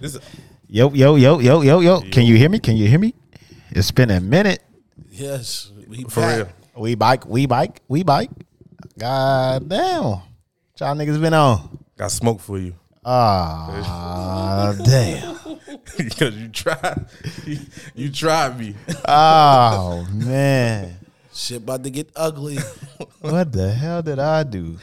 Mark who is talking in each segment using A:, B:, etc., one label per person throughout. A: This is,
B: Yo, yo, yo, yo, yo, yo. Can you hear me? Can you hear me? It's been a minute.
C: Yes, we
A: for
C: back.
A: real.
B: We bike, we bike, we bike. God damn. Y'all niggas been on.
A: Got smoke for you.
B: Ah, damn.
A: Because you tried. You, you tried me.
B: Oh, man.
C: Shit about to get ugly.
B: What the hell did I do?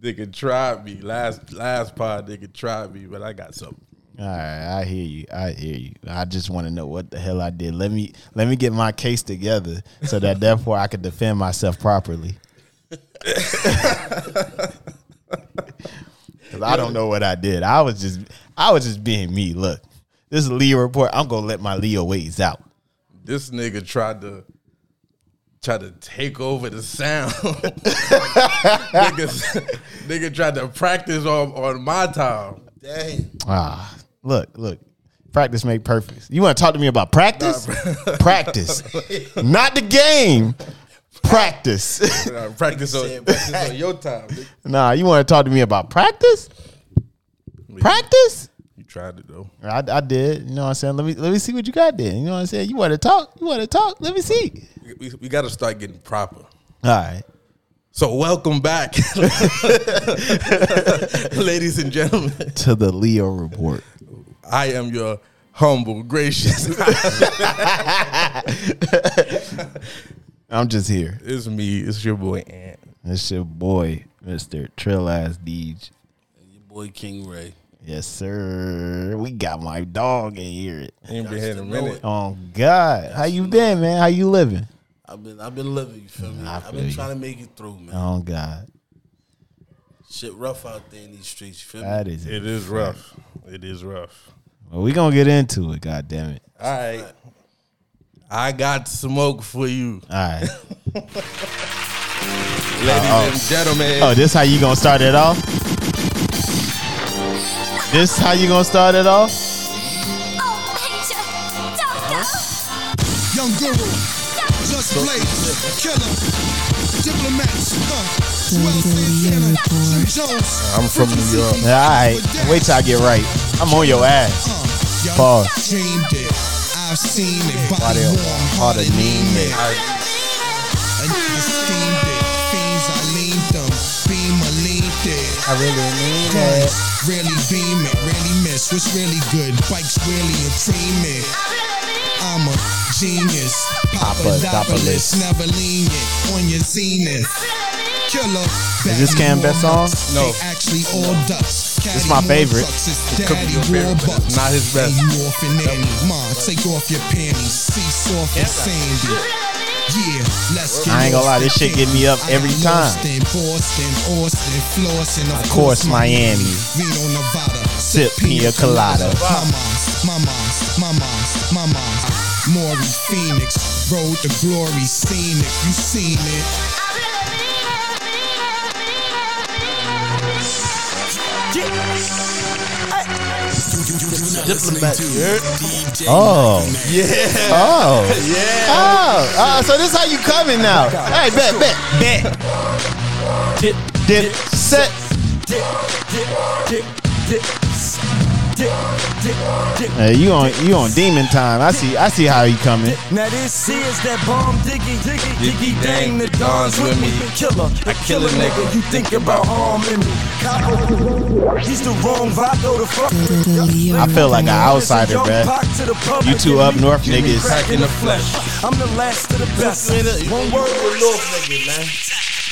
A: Nigga tried me. Last last pod, nigga tried me, but I got something.
B: All right, I hear you. I hear you. I just want to know what the hell I did. Let me let me get my case together so that therefore I could defend myself properly. Cause I don't know what I did. I was just I was just being me. Look, this is Leo report. I'm gonna let my Leo ways out.
A: This nigga tried to try to take over the sound. Niggas, nigga tried to practice on, on my time.
C: Dang.
B: Ah, look, look. Practice make perfect. You want to talk to me about practice? practice, not the game. Practice.
A: Uh, practice, on, practice on your time. nigga.
B: Nah, you want to talk to me about practice? Practice?
A: You tried it though.
B: I, I did. You know what I'm saying? Let me let me see what you got there. You know what I'm saying? You want to talk? You want to talk? Let me see.
A: We, we got to start getting proper.
B: All right.
A: So welcome back, ladies and gentlemen.
B: To the Leo report.
A: I am your humble, gracious.
B: I'm just here.
A: it's me. It's your boy Ant.
B: It's your boy, Mr. Trill Ass Deej.
C: Your boy King Ray.
B: Yes, sir. We got my dog in here.
A: Ain't been here in a
C: to know
A: minute.
C: it.
B: Oh God. How you been, man? How you living?
C: I've been I've been living, you feel me?
B: I
C: I've
B: feel
C: been
B: you.
C: trying to make it through, man.
B: Oh God.
C: Shit rough out there in these streets, you feel me?
B: That is it.
A: It is rough. It is rough.
B: Well, we gonna get into it, god damn it.
A: All right. I got smoke for you,
B: All right.
A: ladies and gentlemen.
B: Oh, this how you gonna start it off? This how you gonna start it off?
D: Oh, Major, don't go!
E: Young Guru, Just Blaze, Killer, Diplomats, huh? Well, Santana, Jim Jones.
A: I'm from New York.
B: All right, wait till I get right. I'm on your ass. Pause.
E: Dreamed it. I've seen it.
B: Body
E: Body
B: warm,
E: warm,
B: heart
E: heart anemic.
B: anemic.
E: And I steamed it. Fiends, I leaned them. Beam, I leaned it.
B: I really mean it.
E: Really beam it. Really miss. What's really good? Bikes really a cream it. I'm a genius.
B: Papadopoulos.
E: Papadopoulos, never lenient on your zenith. Killer.
B: Is this Cam best song?
A: No.
E: They actually all ducks.
B: is my favorite.
E: It
A: could be your favorite, but it's not his best.
E: you off and Annie. Ma, take off your panties. See soft and sandy. Yeah, let's get
B: I ain't gonna lie, this
E: lost in
B: shit get me
E: Kenya.
B: up every
E: I
B: time.
E: got lost in Boston, Austin, Flossin, of,
B: course, Miami.
E: Reno, Nevada.
B: Sip pina colada.
E: Mamas, mamas, mamas, mamas. Maury Phoenix, road to glory, scenic. You seen it.
B: Oh. Yeah. Oh. Yeah. Oh. Uh, so this how you coming now. Hey, bet, bet, bet. Dip, dip, set. Hey, you on you on demon time. I see I see how you coming.
F: Now this is that bomb diggy, diggy, diggy dang. The Don's with me. Killer, I kill a nigga. You think about harming me? Capo, he's the wrong vibe though. The fuck.
B: I feel like an outsider, bruh.
F: bruh.
B: You two up north niggas.
F: Crack in the flesh. I'm the last of the best. One word with
C: Little nigga, man.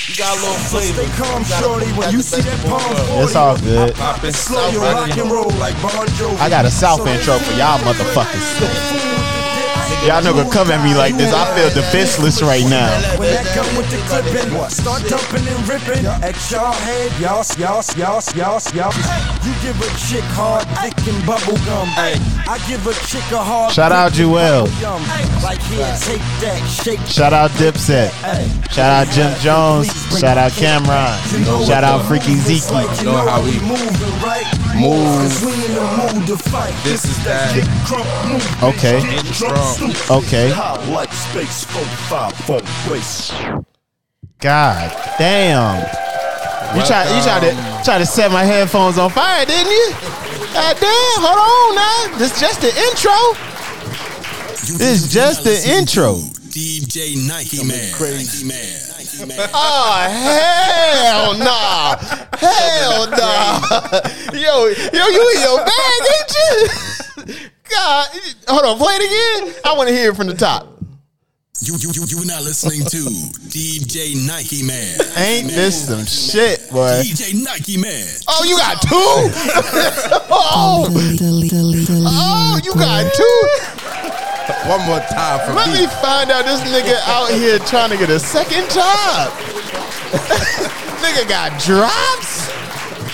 C: You got a little
F: So stay
C: flavor.
F: calm, shorty. When you see that palm,
B: It's all good.
A: Popping
F: Slow your rock and roll like Bon Jovi.
B: I got a South intro for y'all motherfuckers. Y'all nigga come at me like this. I feel defenseless right now.
F: When that gun with the clip in, start dumping and ripping at y'all head, y'all, y'all, y'all, y'all, y'all. You give a chick hard dick and bubble gum. I give a chick a hard
B: Shout out
F: dick and
B: Jewel.
F: bubble gum. Like here, take that, shake.
B: Shout out Dipset. Shout out Jim Jones. Shout out Cameron.
F: You know
B: Shout
F: what
B: out
F: the
B: Freaky
F: move is
B: Zeke.
F: Like, you
A: Know
F: know
A: how
F: how we
A: we
F: moving, right?
A: move.
F: 'Cause we in the mood to fight.
A: This is that.
F: Get crunk, move, bitch,
B: Okay.
F: get
A: Strong.
F: drunk, stupid.
B: Okay.
F: Hot like space, four, five, four, race.
B: God damn. You try you try to try to set my headphones on fire, didn't you? God damn, hold on now. This just the intro. It's just the intro.
E: DJ Nike Man. Crazy man. Nike man.
B: Oh hell nah. Hell nah. yo, yo, you in your bag, ain't you? God hold on, play it again. I wanna hear it from the top.
E: You, you, you, you are now listening to DJ Nike Man.
B: Ain't this some shit, boy?
E: DJ Nike Man.
B: Oh, you got two? oh, oh, you got two?
A: One more time for
B: Let me find out this nigga out here trying to get a second job. nigga got drops.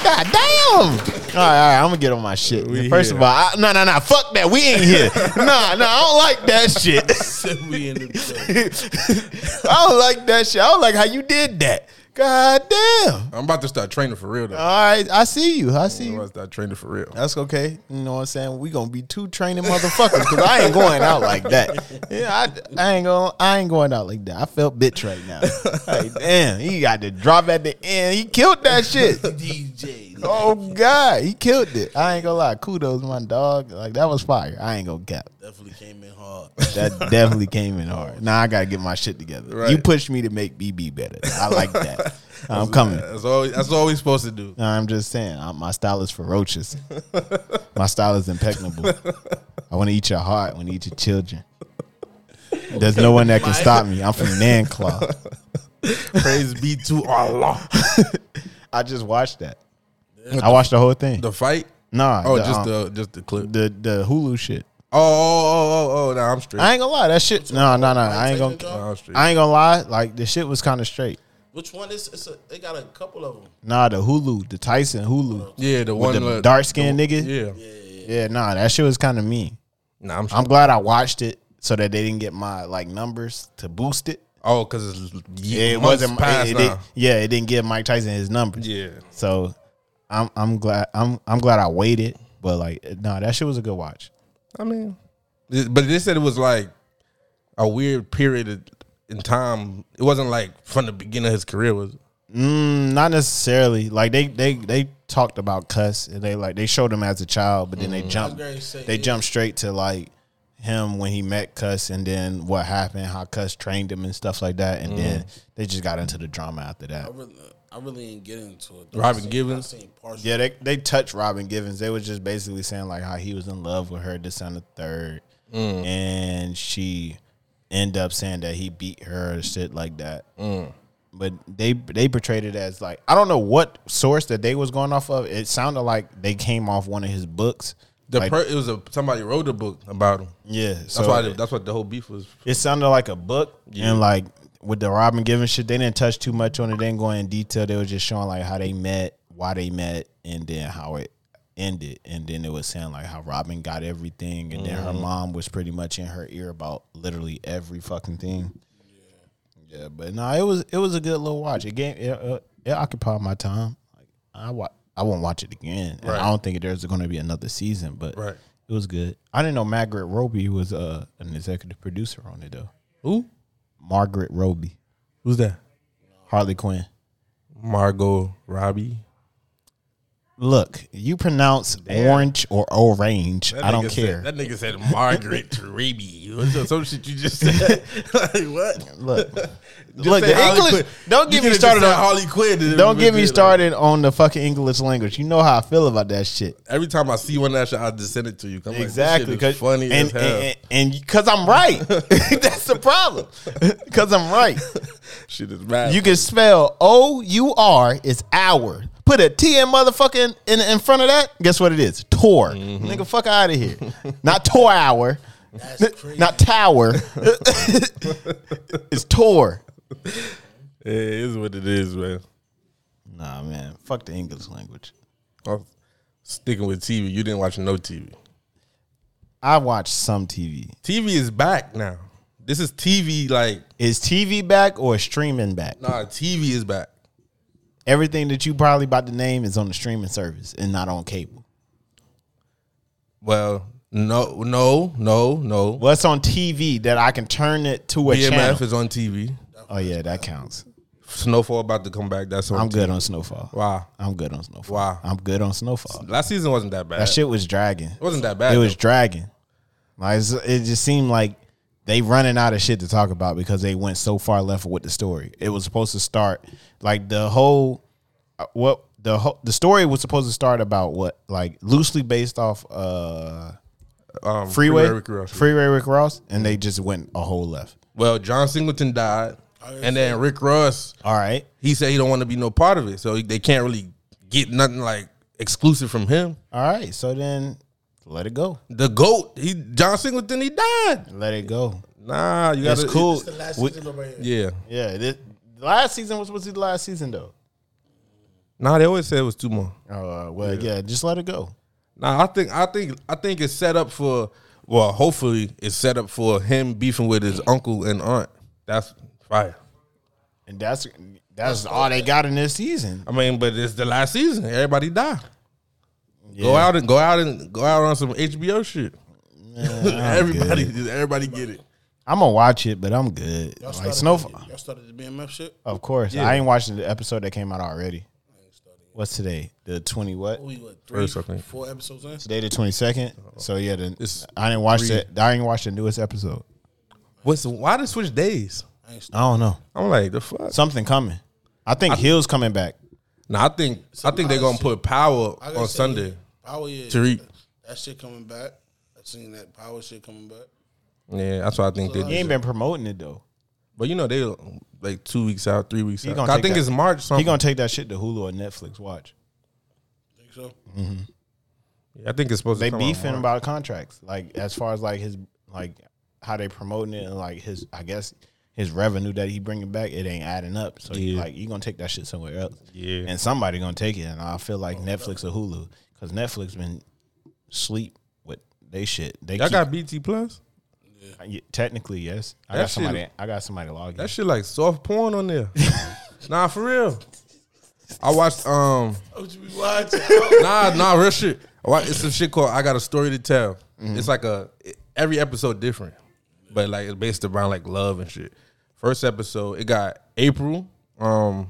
B: God damn. All right, all right, I'm gonna get on my shit. First of all, I, no, no, no, fuck that. We ain't here. nah, nah, I don't like that shit.
C: Said we in the
B: I don't like that shit. I don't like how you did that. God damn.
A: I'm about to start training for real though.
B: All right, I see you. I see
A: I'm about
B: you.
A: to start training for real.
B: That's okay. You know what I'm saying? We gonna be two training motherfuckers because I ain't going out like that. Yeah, I, I ain't going. I ain't going out like that. I felt bitch right now. Like damn, he got to drop at the end. He killed that shit.
C: DJ.
B: Oh god, he killed it. I ain't gonna lie. Kudos, my dog. Like that was fire. I ain't gonna cap.
C: Definitely came in hard.
B: That definitely came in hard. Now I gotta get my shit together.
A: Right.
B: You pushed me to make BB better. I like that. I'm coming.
A: That's all. That's all we supposed to do.
B: No, I'm just saying, I, my style is ferocious. my style is impeccable. I want to eat your heart. I want to eat your children. There's no one that can stop me. I'm from Nanclaw.
A: Praise be to Allah.
B: I just watched that. I watched the whole thing.
A: The fight?
B: nah.
A: Oh, just
B: um,
A: the just the clip.
B: the the Hulu shit.
A: Oh, oh, oh, oh, oh. Nah, I'm straight.
B: I ain't gonna lie. That shit. No, no, no. I ain't
A: Nah,
B: gonna.
A: I'm straight.
B: I ain't gonna lie. Like the shit was kind of straight.
C: Which one is? It's a, they got a couple of them.
B: Nah, the Hulu, the Tyson Hulu,
A: yeah, the
B: with
A: one
B: the
A: look-
B: dark skinned nigga.
A: Yeah.
B: yeah. Nah, that shit was kind of mean.
A: Nah, I'm.
B: I'm
A: straight.
B: glad I watched it so that they didn't get my like numbers to boost it.
A: Oh, because it's
B: Yeah, it wasn't.
A: past
B: it- it
A: now.
B: didn't- yeah, it didn't give Mike Tyson his numbers.
A: Yeah.
B: So, I'm I'm glad I'm I'm glad I waited. But like, no, that shit was a good watch.
A: I mean, it- but they said it was like a weird period of- in time. It wasn't like from the beginning of his career. Was it?
B: Mm, not necessarily. Like they they they talked about cuss and they like they showed him as a child, but then they jumped
C: I was gonna say,
B: they
C: yeah.
B: jumped straight to like him when he met cuss and then what happened, how cuss trained him and stuff like that, and then they just got into the drama after that.
C: I really, I really ain't get into it. though.
A: Robin
C: I seen-
A: Givens?
C: I seen partial.
B: Yeah, they they touched Robin Givens. They was just basically saying like how he was in love with her this and the third, and she end up saying that he beat her or shit like that. But they they portrayed it as like I don't know what source that they was going off of. It sounded like they came off one of his books.
A: The
B: Like,
A: per, it was a somebody wrote a book about him.
B: yeah, so
A: That's why. that's what the whole beef was.
B: it sounded like a book and like with the Robin Givens shit, they didn't touch too much on it. They didn't go in detail. They were just showing like how they met, why they met, and then how it ended. And then it was saying like how Robin got everything, and then her mom was pretty much in her ear about literally every fucking thing. Yeah, but no, it was it was a good little watch. It gave it, uh, it occupied my time. Like I wa- I won't watch it again. And
A: Right.
B: I don't think there's going to be another season, but
A: Right.
B: it was good. I didn't know Margaret Roby was uh, an executive producer on it though.
A: Who?
B: Margaret Roby,
A: Who's that?
B: Harley Quinn.
A: Margot Robbie.
B: Look, you pronounce orange or orange.
A: That
B: I don't
A: nigga
B: care.
A: Said, that nigga said Margaret Robbie. What's that- Some shit you just said. like what?
B: Look,
A: Just
B: Look,
A: say
B: the
A: Harley
B: English-
A: Quinn.
B: don't get
A: You
B: me
A: could've just
B: started
A: said
B: on-
A: Harley Quinn. and it
B: don't
A: would've
B: get
A: been
B: me
A: good.
B: started on the fucking English language. You know how I feel about that shit.
A: Every time I see one of that shit, I just send it to you. I'm
B: Exactly,
A: Like, this shit is funny
B: and,
A: as
B: and-
A: hell.
B: and and because I'm right, that's the problem. Because I'm right,
A: shit is mad.
B: you can spell O U R is hour. Put a T in motherfucking in, in front of that. Guess what it is? Tor.
A: Mm-hmm.
B: Nigga, fuck out of here. Not tor hour.
C: That's crazy.
B: Not tower. it's tor.
A: Yeah, it is what it is, man.
B: Nah, man. Fuck the English language.
A: I'm sticking with TV. You didn't watch no TV.
B: I watch some TV.
A: TV is back now. This is TV. Like
B: Is TV back or streaming back?
A: nah, TV is back.
B: Everything that you probably about to name is on the streaming service and not on cable.
A: Well, no, no, no, no.
B: What's on TV that I can turn it to a
A: BMF
B: channel?
A: is on TV.
B: oh yeah, that counts.
A: Snowfall about to come back. That's what
B: I'm good on Snowfall.
A: Wow.
B: I'm good on Snowfall.
A: Wow.
B: I'm good on Snowfall.
A: Last season wasn't that bad.
B: That shit was dragging.
A: It wasn't that bad,
B: It was
A: though.
B: dragging. Like it's- it just seemed like they running out of shit to talk about because they went so far left with the story. It was supposed to start like the whole uh, what the whole the story was supposed to start about what like loosely based off uh
A: um,
B: freeway freeway
A: Rick Ross.
B: Rick Ross and they just went a whole left.
A: well, John Singleton died, and then Rick Ross.
B: All right.
A: He said he don't want to be no part of it, so they can't really get nothing like exclusive from him.
B: All right. So then let it go.
A: The goat, he John Singleton, he died.
B: Let it go.
A: Nah, you
B: That's
A: gotta-
B: cool.
C: The last
B: We-
C: season over here.
A: Yeah,
B: yeah, this, last season was supposed to be the last season though.
A: nah, they always said it was two more.
B: Oh uh, well, yeah. just let it go.
A: Nah, I think I think I think it's set up for. Well, hopefully, it's set up for him beefing with his uncle and aunt. That's fire.
B: And that's that's all they got in this season.
A: I mean, but it's the last season. Everybody die. Go out and go out and go out on some HBO shit. everybody, everybody get it.
B: I'm gonna watch it, but I'm good.
C: Y'all
B: Like
C: started-
B: Snowfall,
C: Y'all started the BMF shit.
B: of course. I ain't watching the episode that came out already. What's today? The twenty what?
C: We what three,
A: First, I think.
C: four episodes in.
B: Today the twenty second. So yeah,
A: It's
B: the, I didn't watch that. I didn't watch the newest episode.
A: What's why they switch days?
C: I ain't
B: I don't know.
A: I'm like the fuck.
B: Something coming. I think Hill's coming back.
A: Now I think I think they're gonna put power
C: I gotta
A: on
C: say,
A: Sunday.
C: Power, yeah.
A: Tariq.
C: That shit coming back. I seen that power shit coming back.
A: Yeah, that's what I think. They
B: He ain't been
A: did.
B: promoting it though.
A: But you know they like two weeks out, three weeks
B: He
A: out.
B: gonna
A: I
B: take
A: think
B: that-
A: it's March.
B: He
A: Something.
B: gonna take that shit to Hulu or Netflix. Watch.
C: Think so?
B: Mm-hmm.
A: I think it's supposed
B: They
A: to. come out
B: beefing
A: March.
B: about contracts, like as far as like his like how they promoting it and like his I guess his revenue that he bringing back it ain't adding up. So he like you gonna take that shit somewhere else.
A: Yeah. Oh,
B: and somebody gonna take it, and I feel like Netflix or Hulu because Netflix been sleep with they shit. They
A: Y'all
B: keep- uh,
A: got BT Plus.
B: Yeah, technically yes. I
A: That
B: got somebody.
A: shit-
B: I got somebody logging.
A: That shit like soft porn on there. nah, for real. I watched um
C: What you be watching?
A: nah, nah, real shit. Why- It's some shit called "I Got a Story to Tell."
C: Mm-hmm.
A: It's like a every episode different, but like it's based around like love and shit. First episode, it got April. Um,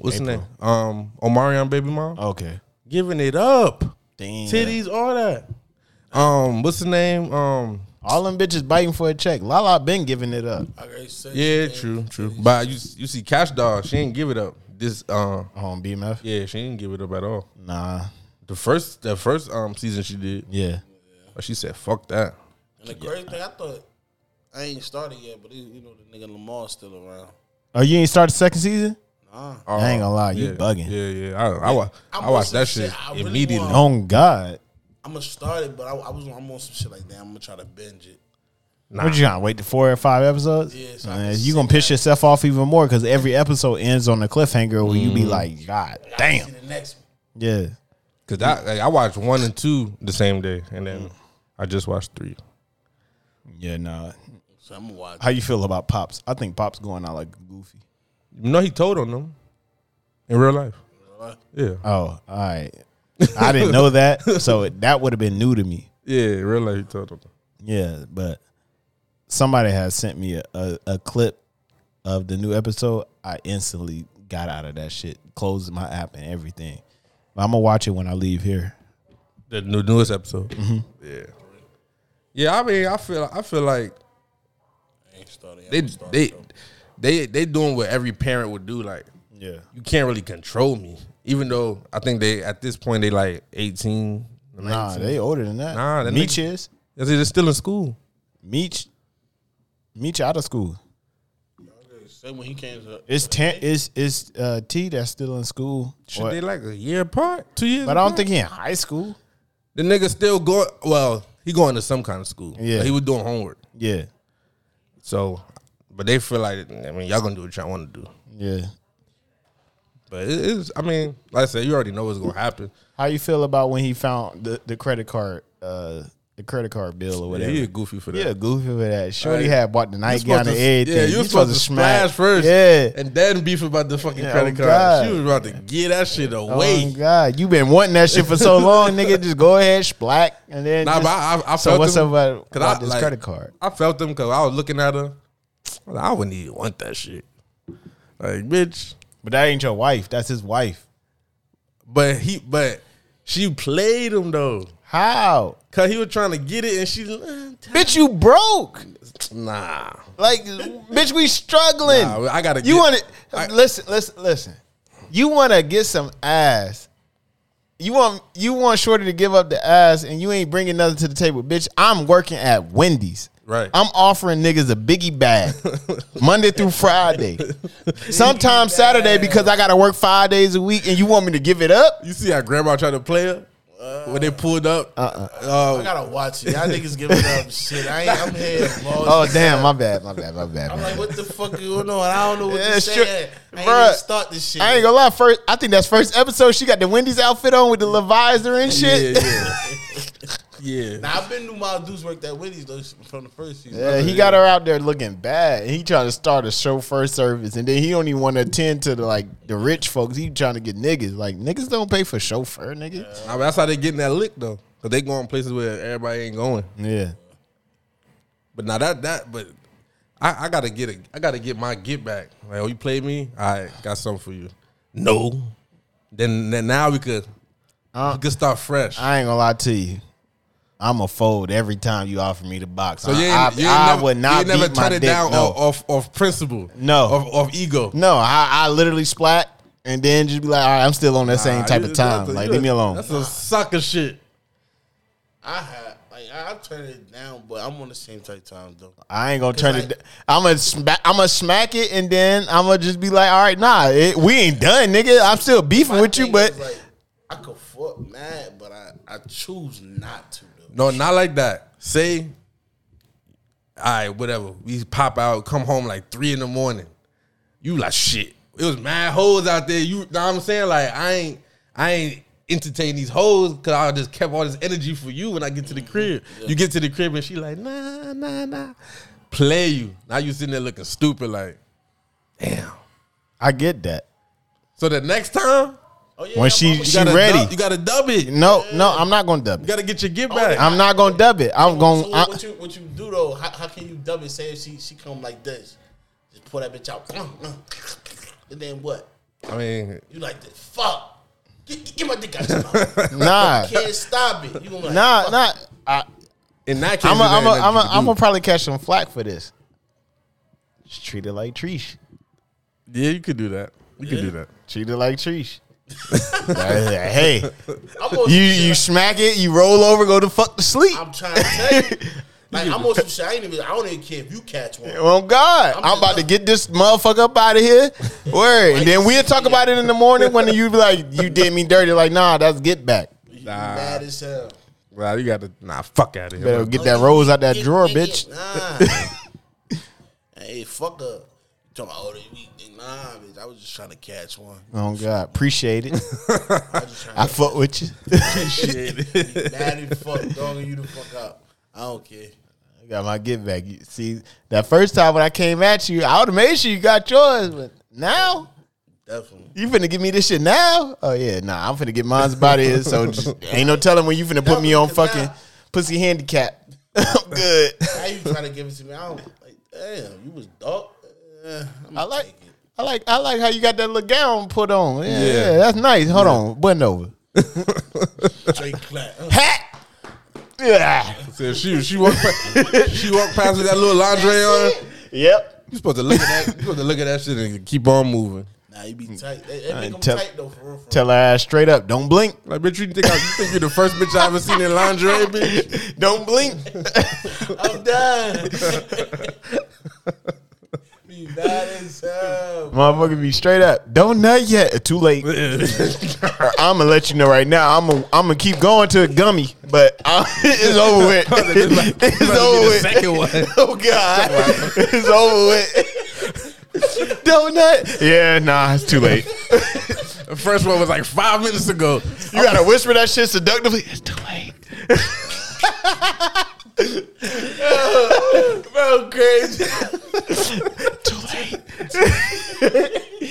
A: what's the name? Um, Omarion baby
C: Oh.
A: mom
B: okay.
A: giving it up,
B: Damn.
A: titties, all that. Um, what's the name? Um,
B: All them bitches biting for a check. Lala been giving it up.
C: I got sex.
A: yeah, true, true. But you you see, Cash Dog, she ain't give it up. This uh,
B: On BMF.
A: yeah, she didn't give it up at all.
B: Nah.
A: The first the first um season she did,
B: Yeah.
A: but she said fuck that.
C: And the crazy thing, I thought I ain't started yet, but you know the nigga Lamar's still around.
B: Oh, you ain't start the second season? I ain't gonna lie, you
A: yeah,
B: bugging.
A: Yeah, yeah. I, I, wa- I,
C: I'm
A: watched
C: on
A: that
C: some
A: shit
C: shit I really
A: immediately.
C: want.
B: Oh God.
C: I'm gonna start it, but I, I was I'm on some shit like that. I'm gonna try to binge it.
B: What you gonna wait the four or five episodes?
C: Yeah, so I
B: Man,
C: can
B: you gonna
C: sit
B: piss yourself off even more because every episode ends on a cliffhanger where you be like, God damn.
C: See the next one.
B: Yeah.
A: Cause I, like, I watched one and two the same day, and then I just watched three.
B: Yeah, no.
C: So I'm gonna watch.
B: How you feel about Pops? I think Pops going out like goofy.
A: You know, he told on them in real life. Yeah,
B: Oh, all right. I didn't know that. So that would have been new to me.
A: yeah, in real life he told on them.
B: Yeah, but somebody has sent me a, a, a clip of the new episode. I instantly got out of that shit, closed my app and everything. I'm gonna watch it when I leave here.
A: The new, newest episode.
B: Mm-hmm.
A: Yeah, yeah. I mean, I feel I feel like
C: I ain't started. yet.
A: they
C: I'm gonna start
A: they
C: it, though.
A: they they doing what every parent would do. Like
B: Yeah.
A: you can't really control me, even though I think they at this point they like eighteen.
B: Nah,
A: 19.
B: they older than that.
A: Nah, that
B: Meech
A: nigga-
B: is
A: they're still in school.
B: Meech. Meech out of school.
C: Say when he came to
B: It's ten. It's it's uh, T that's still in school.
A: Should
B: Or-
A: they like a year apart, two years?
B: but I don't
A: apart?
B: think he in high school.
A: the nigga still going. Well, he going to some kind of school.
B: Yeah.
A: Like, he was doing homework.
B: Yeah.
A: So, but they feel like I mean, y'all gonna do what y'all want to do.
B: Yeah.
A: But it is. I mean, like I said, you already know what's gonna happen.
B: How you feel about when he found the, the credit card uh the credit card bill or
A: Yeah,
B: whatever?
A: he a goofy for that.
B: Yeah, goofy for that. Shorty
A: Hey,
B: had bought the
A: You
B: nightgown and
A: supposed to-
B: everything.
A: Yeah, you, was supposed, to smash first.
B: Yeah.
A: and then beef about the fucking
B: Yeah,
A: credit
B: oh,
A: card.
B: God.
A: She was about to get that shit
B: Oh,
A: away.
B: God, you been wanting that shit for so long, nigga. Just go ahead, splack, and then.
A: Nah,
B: just-
A: but I, I, I
B: so
A: felt
B: what's
A: them,
B: up about,
A: 'cause
B: about
A: I,
B: this
A: like,
B: credit card?
A: I felt them because I was looking at her. I wouldn't even want that shit. Like, bitch.
B: But that ain't your wife. That's his wife.
A: But he, but she played him though,
B: How?
A: cause he was trying to get it, and she, "Uh,
B: Bitch, you broke.
A: nah.
B: Like, bitch, we struggling.
A: Nah, I gotta
B: You
A: get-
B: want
A: I-
B: to listen? Listen. Listen. You want to get some ass. You want you want Shorty to give up the ass, and you ain't bringing nothing to the table, bitch. I'm working at Wendy's.
A: Right.
B: I'm offering niggas a biggie bag Monday through Friday, sometimes Saturday because I gotta work five days a week, and you want me to give it up?
A: You see how grandma tried to play her when they pulled up.
B: Uh-uh.
A: Oh,
C: I gotta watch it. Y'all niggas giving up shit. I ain't, I'm here lost.
B: Oh damn, my bad, my bad, my bad.
C: I'm
B: my
C: like,
B: bad.
C: what the fuck is going on? I don't know what
B: Yeah,
C: to
B: sure.
C: say. I ain't
B: Bruh,
C: even start this shit.
B: I ain't gonna lie. First, I think that's first episode. She got the Wendy's outfit on with the Levisor and
A: yeah,
B: shit.
A: yeah, yeah.
C: Now I've been to my dude's work at Wendy's though from the first season.
B: Yeah, he got her out there looking bad. And he trying to start a chauffeur service, and then he don't even want to attend to the like the rich folks. He trying to get niggas. Like niggas don't pay for chauffeur, nigga.
A: I mean, that's how they getting that lick though, cause they going places where everybody ain't going.
B: Yeah,
A: But now that that, but I, I gotta get a, I gotta get my get back. Like, oh, you played me. I got something for you. No. Then then now we could we could start fresh.
B: Uh, I ain't gonna lie to you. I'm a fold every time you offer me the box.
A: so you ain't,
B: I,
A: you ain't
B: I
A: never,
B: would
A: you
B: not
A: ain't never
B: beat my
A: turn it
B: dick.
A: down
B: no,
A: off, off off principle.
B: No.
A: Of of ego.
B: no, I, I literally splat and then just be like, all right, I'm still on that same type
A: Nah,
B: of
A: you-
B: time.
A: that's a-
B: Like,
A: you
B: leave
A: a-
B: me alone.
A: That's a sucker shit.
C: I had like I, I turned it down, but I'm on the same type time though.
B: I ain't gonna turn
C: like-
B: it. I'm gonna smack. I'm gonna smack it, and then I'm gonna just be like, "All right, nah, it, we ain't done, nigga. I'm still beefing
C: My
B: with you,
C: thing
B: but
C: is, like, I could fuck mad, but I, I choose not to though.
A: No, not like that. Say, all right, whatever. We pop out, come home like three in the morning. You like shit. It was mad hoes out there. You know what I'm saying? Like I ain't I ain't entertain these hoes because I just kept all this energy for you when I get to the crib.
B: Mm-hmm.
A: You get to the crib and she like, nah, nah, nah. Play you. Now you sitting there looking stupid like, damn.
B: I get that.
A: So the next time
C: Oh yeah,
B: When
C: I'm-
B: she
C: I'm-
A: you
B: she
A: gotta
B: ready,
A: dub- you gotta dub it. You
B: no, no, I'm not gonna dub it.
A: gotta get your get back.
B: I'm not gonna dub it. I'm
C: So
B: gonna.
C: what,
B: I,
C: you what you do though? How, how can you dub it? Say if she she come like this, just pull that bitch out, Uh, and then what?
A: I mean,
C: You like this? Fuck. Get, get my dick out your mouth.
B: nah,
C: Can't stop it. You gonna be like,
B: nah,
C: fuck.
B: nah. I,
A: in that case,
B: I'm
A: it ain't
B: gonna.
A: nothing
B: I'm
A: you
B: gonna.
A: can
B: I'm
A: do.
B: gonna probably catch some flack for this. Just treat it like Treesh.
A: Yeah, you could do that. You could do that.
B: Treat it like Treesh. hey,
C: I'm on some
B: you
C: shit
B: you
C: like-
B: smack it, you roll over, go to fuck to sleep.
C: I'm trying to tell you. Like I'm on some shit. I ain't even. I don't even care if you catch one.
B: Oh God, I'm,
C: I'm just-
B: about to get this motherfucker up out of here. Word, and then we'll talk about it in the morning when you be like, "You did me dirty." Like, nah, that's get back.
C: You mad as hell.
A: Well, you got to nah. Fuck out of here.
B: Better
A: man.
B: get that rose out that
C: Get-
B: drawer,
C: get-
B: bitch.
C: Nah. hey, fuck up. You talking about oh, older week? Nah, bitch. I was just trying to catch one.
B: Oh God, appreciate it.
C: I was just trying
B: I fuck with you.
C: to be mad and fuck, dog, and you the fuck up. I don't care.
B: I got my get back. You see, that first time when I came at you, I would have made sure you got yours, but now.
C: Definitely.
B: You finna give me this shit now? Oh yeah, nah, I'm finna get mine's body here. So just, ain't no telling when you finna put me on fucking pussy handicap. I'm good.
C: Now you trying to give it to me? I don't like. Damn, you was dog. Eh, I'ma
B: I like,
C: take it.
B: I like, I like how you got that little gown put on. Yeah,
A: Yeah.
B: yeah, that's nice. Hold on, button over.
C: Drake clap. Uh,
B: Hat. Yeah.
A: So she she walked past, she walked past with that little lingerie on. her.
B: Yep.
A: You supposed to look at that. You supposed to look at that shit and keep on moving.
C: Nah, you be tight. They, they make them
B: Mm. tell-
C: tight though, for real. For
B: Tell her ass straight up. Don't blink.
A: Like bitch, you think I, you think you're the first bitch I ever seen in lingerie, bitch?
B: Don't blink.
C: real. I'm done. be mad as hell.
B: Motherfucker, be straight up. Don't nut yet. Too late. I'm gonna let you know right now. I'm gonna I'm gonna keep going to a gummy, but I, it's over with. It's over with.
A: Second one.
B: Oh God, it's over with. Donut. Yeah, nah, it's too late.
A: The first one was like five minutes ago.
B: You gotta whisper that shit seductively. It's too late.
C: Bro, crazy.
B: Too late.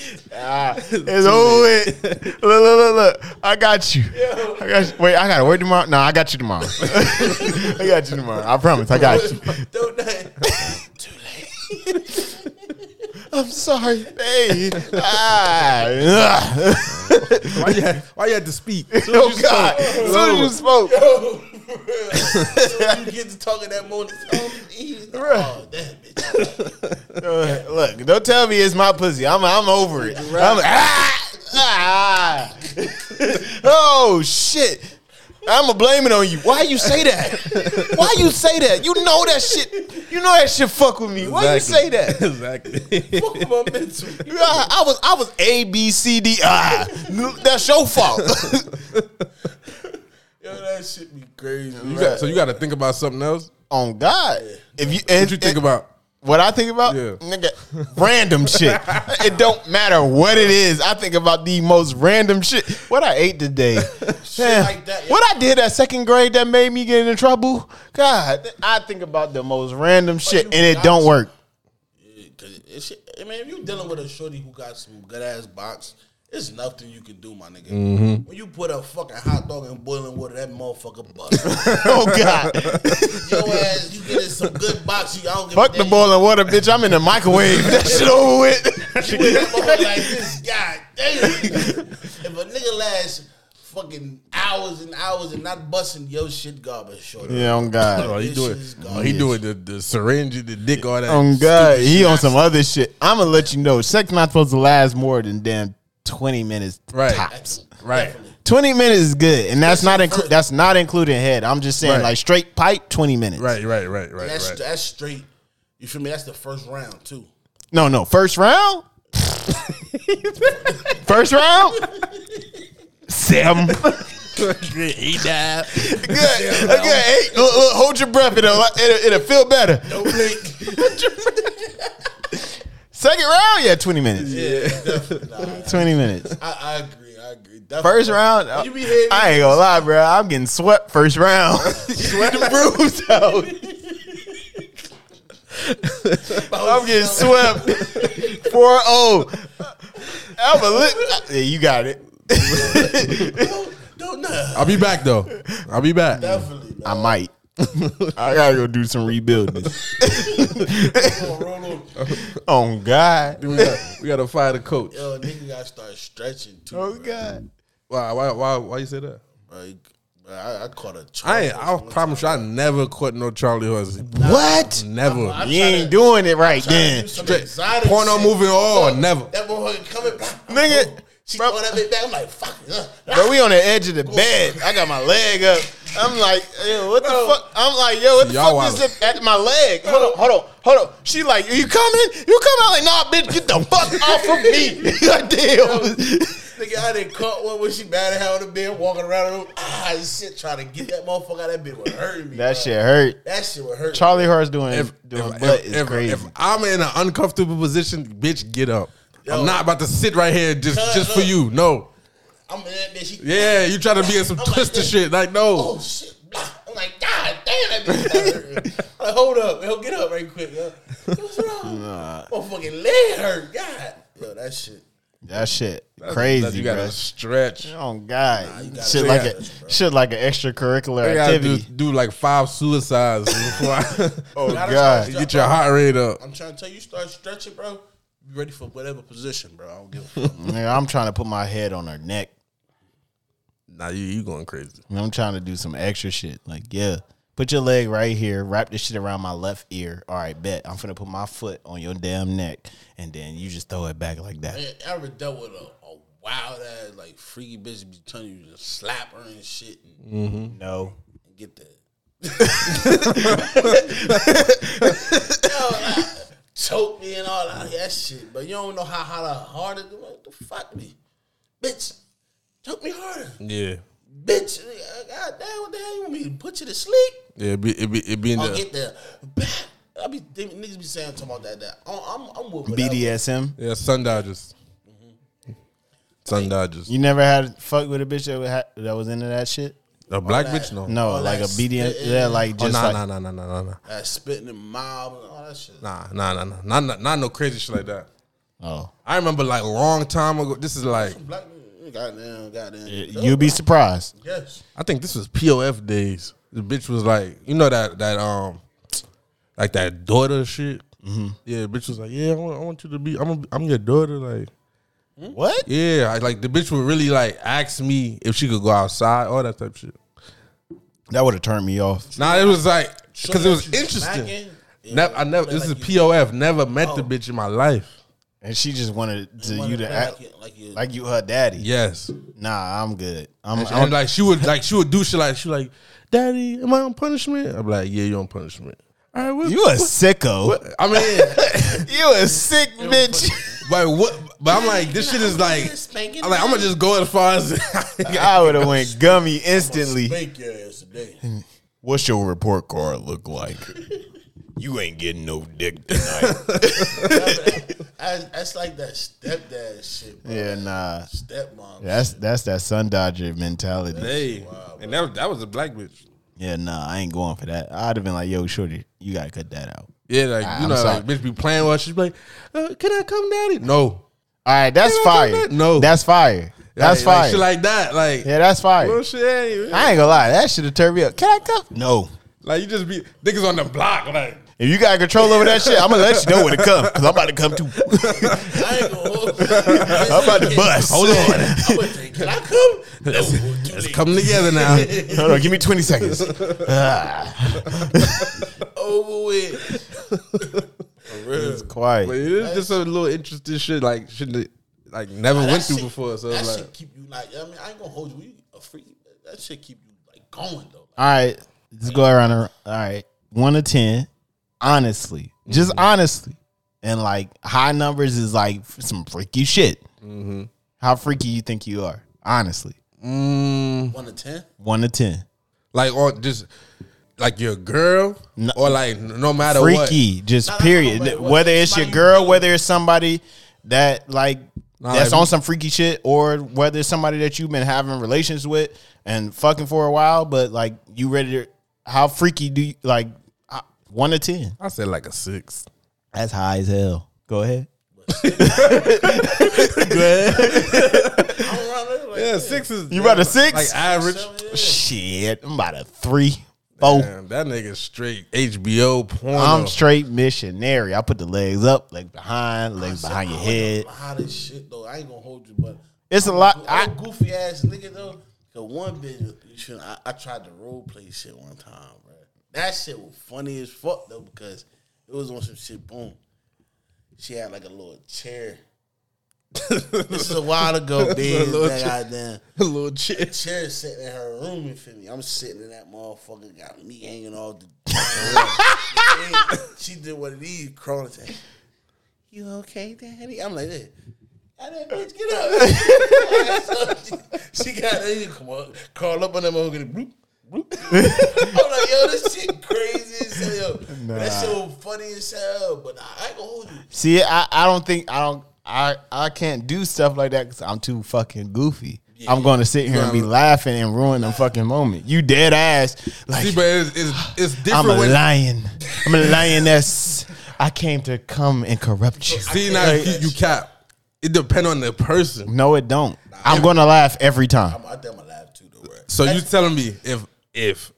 B: Ah, it's over with. Look, look, look, look. I got you. I got you. Wait, I gotta work tomorrow. No, I got you tomorrow. I got you tomorrow. I promise. I got you.
C: Don't that.
B: I'm sorry. Hey. ah,
A: Why you had, why you had to speak?
B: oh God! As soon as you spoke,
C: Yo, you get to talking that morning. Oh, that bitch.
B: look, don't tell me it's my pussy. I'm I'm over it. I'm ah, ah. oh shit. I'ma blame it on you. Why you say that? Why you say that? You know that shit. You know that shit fuck with me. Why you say that?
A: exactly.
C: Fuck with Oh, my mental.
B: Yeah, I, I was I was A B C D I. That's your fault.
C: Yo, that shit be crazy.
A: You got- so you got to think about something else.
B: on God, if you and,
A: What you think
B: and-
A: about?
B: what I think about,
A: Yeah.
B: nigga, random shit. It don't matter what it is. I think about the most random shit. What I ate today, Damn.
C: like that, yeah.
B: What I did at second grade that made me get into trouble. God, I think about the most random shit,
C: you
B: and it
C: got
B: don't
C: you.
B: work.
C: Cause it shit, I mean, if you dealing with a shorty who got some good ass box, it's nothing you can do, my nigga.
A: Mm-hmm.
C: When you put a fucking hot dog in boiling water, that motherfucker bust.
B: Oh God,
C: Yo ass, you get in some good box, you I don't give
B: fuck
C: a
B: the
C: damn.
B: boiling water, bitch. I'm in the microwave. That shit over
C: You with that motherfucker
B: with.
C: like this, god damn. if a nigga lasts fucking hours and hours and not busting, your shit garbage, shorty.
B: yeah, on God.
A: Oh, he
C: This
A: doing.
C: is
A: Oh, he doing the, the syringe, the dick, all that.
B: Oh God, he on some
A: other
B: other shit. I'm gonna let you know. Sex not supposed to last more than damn twenty minutes
A: Right.
B: tops.
A: right.
B: Twenty minutes is good, and that's not inclu- that's not including head. I'm just saying,
A: Right.
B: like straight pipe, twenty minutes.
A: Right, right, right, right,
C: That's
A: right.
C: that's straight. You feel me? That's the first round too.
B: No, no, first round. first round. Seven.
A: He died.
B: Good. Good. Eight. Look, look, hold your breath. It'll, it'll it'll feel better.
C: No blink.
B: Second round, yeah, twenty minutes.
C: yeah, definitely. Nah,
B: Twenty minutes.
C: I, I agree. I agree. Definitely.
B: First round,
C: You be hearing-
B: I ain't gonna lie, bro. I'm getting swept first round. Sweat the bruise out. I'm getting swept 4 0. I'm a lit. Yeah, you got it.
C: Don't know.
A: I'll be back though. I'll be back.
C: Definitely.
B: I might. I gotta go do some rebuilding.
C: Roll, roll, roll.
B: oh, God.
A: we, gotta, we gotta fire the coach.
C: Yo, nigga gotta start stretching too.
B: Oh,
C: bruh.
B: God.
A: Why? Why? Why? Why you say that?
C: Like, bruh, I, I caught a
A: I
C: charge.
A: ain't. I promise you, I never caught no Charlie horse.
B: What?
A: Never.
C: I'm
B: You
C: tryna-
B: ain't doing it right
C: I'm tryna
B: then.
C: do some exotic
A: Porno
C: shit.
A: moving all
C: Look,
A: never.
C: That motherfucker coming back.
B: Nigga,
C: She
B: bro.
C: throwing that bitch back. I'm like, fuck. Uh,
B: Bro, we on the edge of the bed. I got my leg up. I'm like, yo, what the fuck? I'm like, yo, what the
A: Y'all
B: fuck is
A: wildin'.
B: it at my leg? Hold on, hold on, hold on. She like, you coming? You coming? I'm like, nah, bitch, get the fuck off of me. God damn.
C: nigga, I done caught one when she mad at her on the bed, walking around the room. Ah, shit, trying to get that motherfucker out of that bitch was hurting me. bruh.
B: hurt.
C: That shit would hurt.
B: Charlie Horse doing
A: If, if, if, if, if I'm in an uncomfortable position, bitch, get up.
C: Yo.
A: I'm not about to sit right here just
C: Cuz,
A: just for
C: look.
A: you. No.
C: I'm in that bitch. She,
A: Yeah, you try to be in some
C: I'm like
A: twisted
C: this.
A: shit. Like
C: oh
A: no.
C: shit. Blah. I'm like, God damn, that bitch hurt. I'm like, hold up, yo, get up right quick, yo. What's wrong? My fucking leg hurt. God, yo, that shit.
B: that shit
A: you gotta stretch. You
B: Oh God,
C: gotta
B: shit
C: do
B: like
A: that,
B: a shit like an extracurricular
A: gotta do,
B: activity.
A: do like five suicides before I
B: Oh
C: Gotta
B: God,
C: stretch.
A: get your heart rate up.
C: I'm trying to tell you, start stretching, bro. Be ready for whatever position, bro. I don't give a fuck.
B: Nigga, I'm trying to put my head on her neck.
A: Nah, you you going crazy.
B: And I'm trying to do some extra shit. Like, yeah, put your leg right here, wrap this shit around my left ear. All right, bet. I'm finna put my foot on your damn neck, and then you just throw it back like that.
C: Man, I ever Eh, dealt with a, a wild ass, like freaky bitch be telling you to slap her and shit and
B: No.
C: get the Yo, like, choke me and all that, that shit. But you don't know how hard, hard it is. What the fuck me? Bitch, choke me harder.
A: Yeah.
C: Bitch, eh, god damn, what the hell you want me to put you to sleep?
A: Yeah, it be it be, it be in
B: Oh,
C: I'll
A: the
C: get there. I be they, niggas be saying talking about that. That I'm I'm with whatever.
B: BDSM.
A: yeah Sun Dodgers. Sun Dodgers.
B: You never had fuck with a bitch that, had, that was into that shit.
A: A black bitch? No.
B: No,
C: Oh,
B: like a
C: like
B: BDSM.
C: spit-
B: Yeah, like
A: Oh,
B: just
A: nah,
B: like.
A: nah, nah, nah, nah, nah, nah.
C: Uh, spitting in mob and all that shit.
A: Nah, nah, nah, nah, not, not, not no crazy shit like that.
B: Oh,
A: I remember like a long time ago. This is like
C: Black man, goddamn, goddamn.
B: you'd be surprised.
C: yes.
A: I think this was POF days. The bitch was like, you know that that um, like that daughter shit.
B: Mm-hmm.
A: Yeah, bitch was like, yeah, I want, I want you to be, I'm, a, I'm your daughter. Like,
B: What?
A: yeah, I, like the bitch would really like ask me if she could go outside, all that type of shit.
B: That would have turned me off.
A: Nah, it was like because
C: that
A: it was
C: you
A: interesting.
C: smacking, yeah,
A: Nev- I never.
C: play
A: This
C: like
A: is
C: you- Oh.
A: POF. Never met the bitch in my life.
B: And she just wanted to,
C: wanna
B: you to
C: play
B: act
C: like you- like you-
B: like you her daddy.
A: Yes,
B: Nah, I'm good. I'm,
A: and
B: I'm
A: like she would like she would do shit like she like, daddy, am I on punishment? I'm like, yeah, you on punishment. All right, what,
B: you a sicko.
A: I mean,
B: You a sick bitch.
A: but what? But I'm like, this shit is like,
C: Spanking
A: I'm like, I'm gonna just go as far as.
B: I would have went gummy instantly.
C: Fake your ass today.
B: Hmm. What's your report card look like? You ain't getting no dick tonight.
C: That's that's like that stepdad shit, bro.
B: yeah, nah.
C: Stepmom.
B: That's that's that sun dodger mentality.
A: hey, and that was, that was a black bitch.
B: Yeah, nah, I ain't going for that. I'd have been like, yo, shorty, you gotta cut that out.
A: Yeah, like you
B: I'm
A: know,
B: sorry.
A: like bitch be playing with. her. She's like, uh, can I come, daddy? No,
B: All right, that's
A: You don't do
B: fire.
A: that? No.
B: that's fire. That's
A: like, like,
B: fire.
A: shit like that, like
B: yeah, that's
A: real
B: fire.
A: shit. ain't-
B: I ain't gonna lie, that should have turned me up. Can I come? No.
A: Like you just be niggas on the block, like
B: If you got control over that shit, I'm gonna let you know when to come because I'm about to come too.
C: I ain't gonna hold
B: I'm about to bust. Hold on.
C: I'm gonna say, can I come? No, too late.
A: come together now.
B: Hold on, give me 20 seconds. Ah,
C: over with. For real.
B: it's quiet.
A: But it is just a little interesting shit, like shit that like never
C: That
A: went through
C: shit-
A: before. So
C: that
A: it's like,
C: shit keep you like. I mean, I ain't gonna hold you. You a freak. That shit keep you like going though.
B: All right, let's go around. the- All right, one to ten. Honestly, just honestly, and like high numbers is like some freaky shit. Mm-hmm. How freaky you think you are? Honestly,
A: mm,
B: Hmm.
C: One to ten.
B: one to ten.
A: like or just like your girl,
B: No.
A: or like no matter what.
B: Freaky, just
C: No, no, no,
B: period.
C: wait, wait.
B: Whether it's your
C: Somebody you
B: girl,
C: know.
B: whether it's somebody that like
A: Nah,
B: that's
A: like-
B: on some freaky shit, or whether it's somebody that you've been having relations with and fucking for a while, but like you ready to? How freaky do you like? uh, One to ten.
A: I said like a six.
B: That's high as hell. Go ahead.
C: I'm around there like,
A: Yeah, six is
B: You about a six?
A: like average.
B: Shit, I'm about a three, four.
A: Man, that nigga straight HBO porn.
B: I'm straight missionary. I put the legs up, leg behind, legs behind your head.
C: A lot of shit though. I ain't gonna hold you, but
B: It's a lot.
C: I
B: I,
C: goofy ass nigga though. The one bitch, you should, I, I tried to role play shit one time, bro. That shit was funny as fuck though because it was on some shit. Boom. She had like a little chair. this is a while ago, bitch.
A: little
C: That
A: chair.
C: goddamn
A: a little chit.
C: chair sitting in her room. You feel me? I'm sitting in that motherfucker. Got me hanging off the. she did one of these crawling. said, You okay, daddy? I'm like this. I didn't bitch get up. So she, she got her, come on, crawl up on that motherfucker. and Bloop, bloop. I'm like, yo, this shit crazy as hell. That shit was funny as hell, but I ain't gonna hold you.
B: see. I, I don't think I don't. I I can't do stuff like that because I'm too fucking goofy. I'm going to sit here and be laughing and ruin the fucking moment. You dead ass. Like
A: See, but it's, it's, it's
B: I'm
A: different
B: a
A: when
B: lion. I'm a lioness. I came to come and corrupt you.
A: see now you, you cap. It depend on the person.
B: No, it don't. I'm gonna laugh every time.
C: I'm out there, I'm alive too, though, bro.
A: So you telling me if if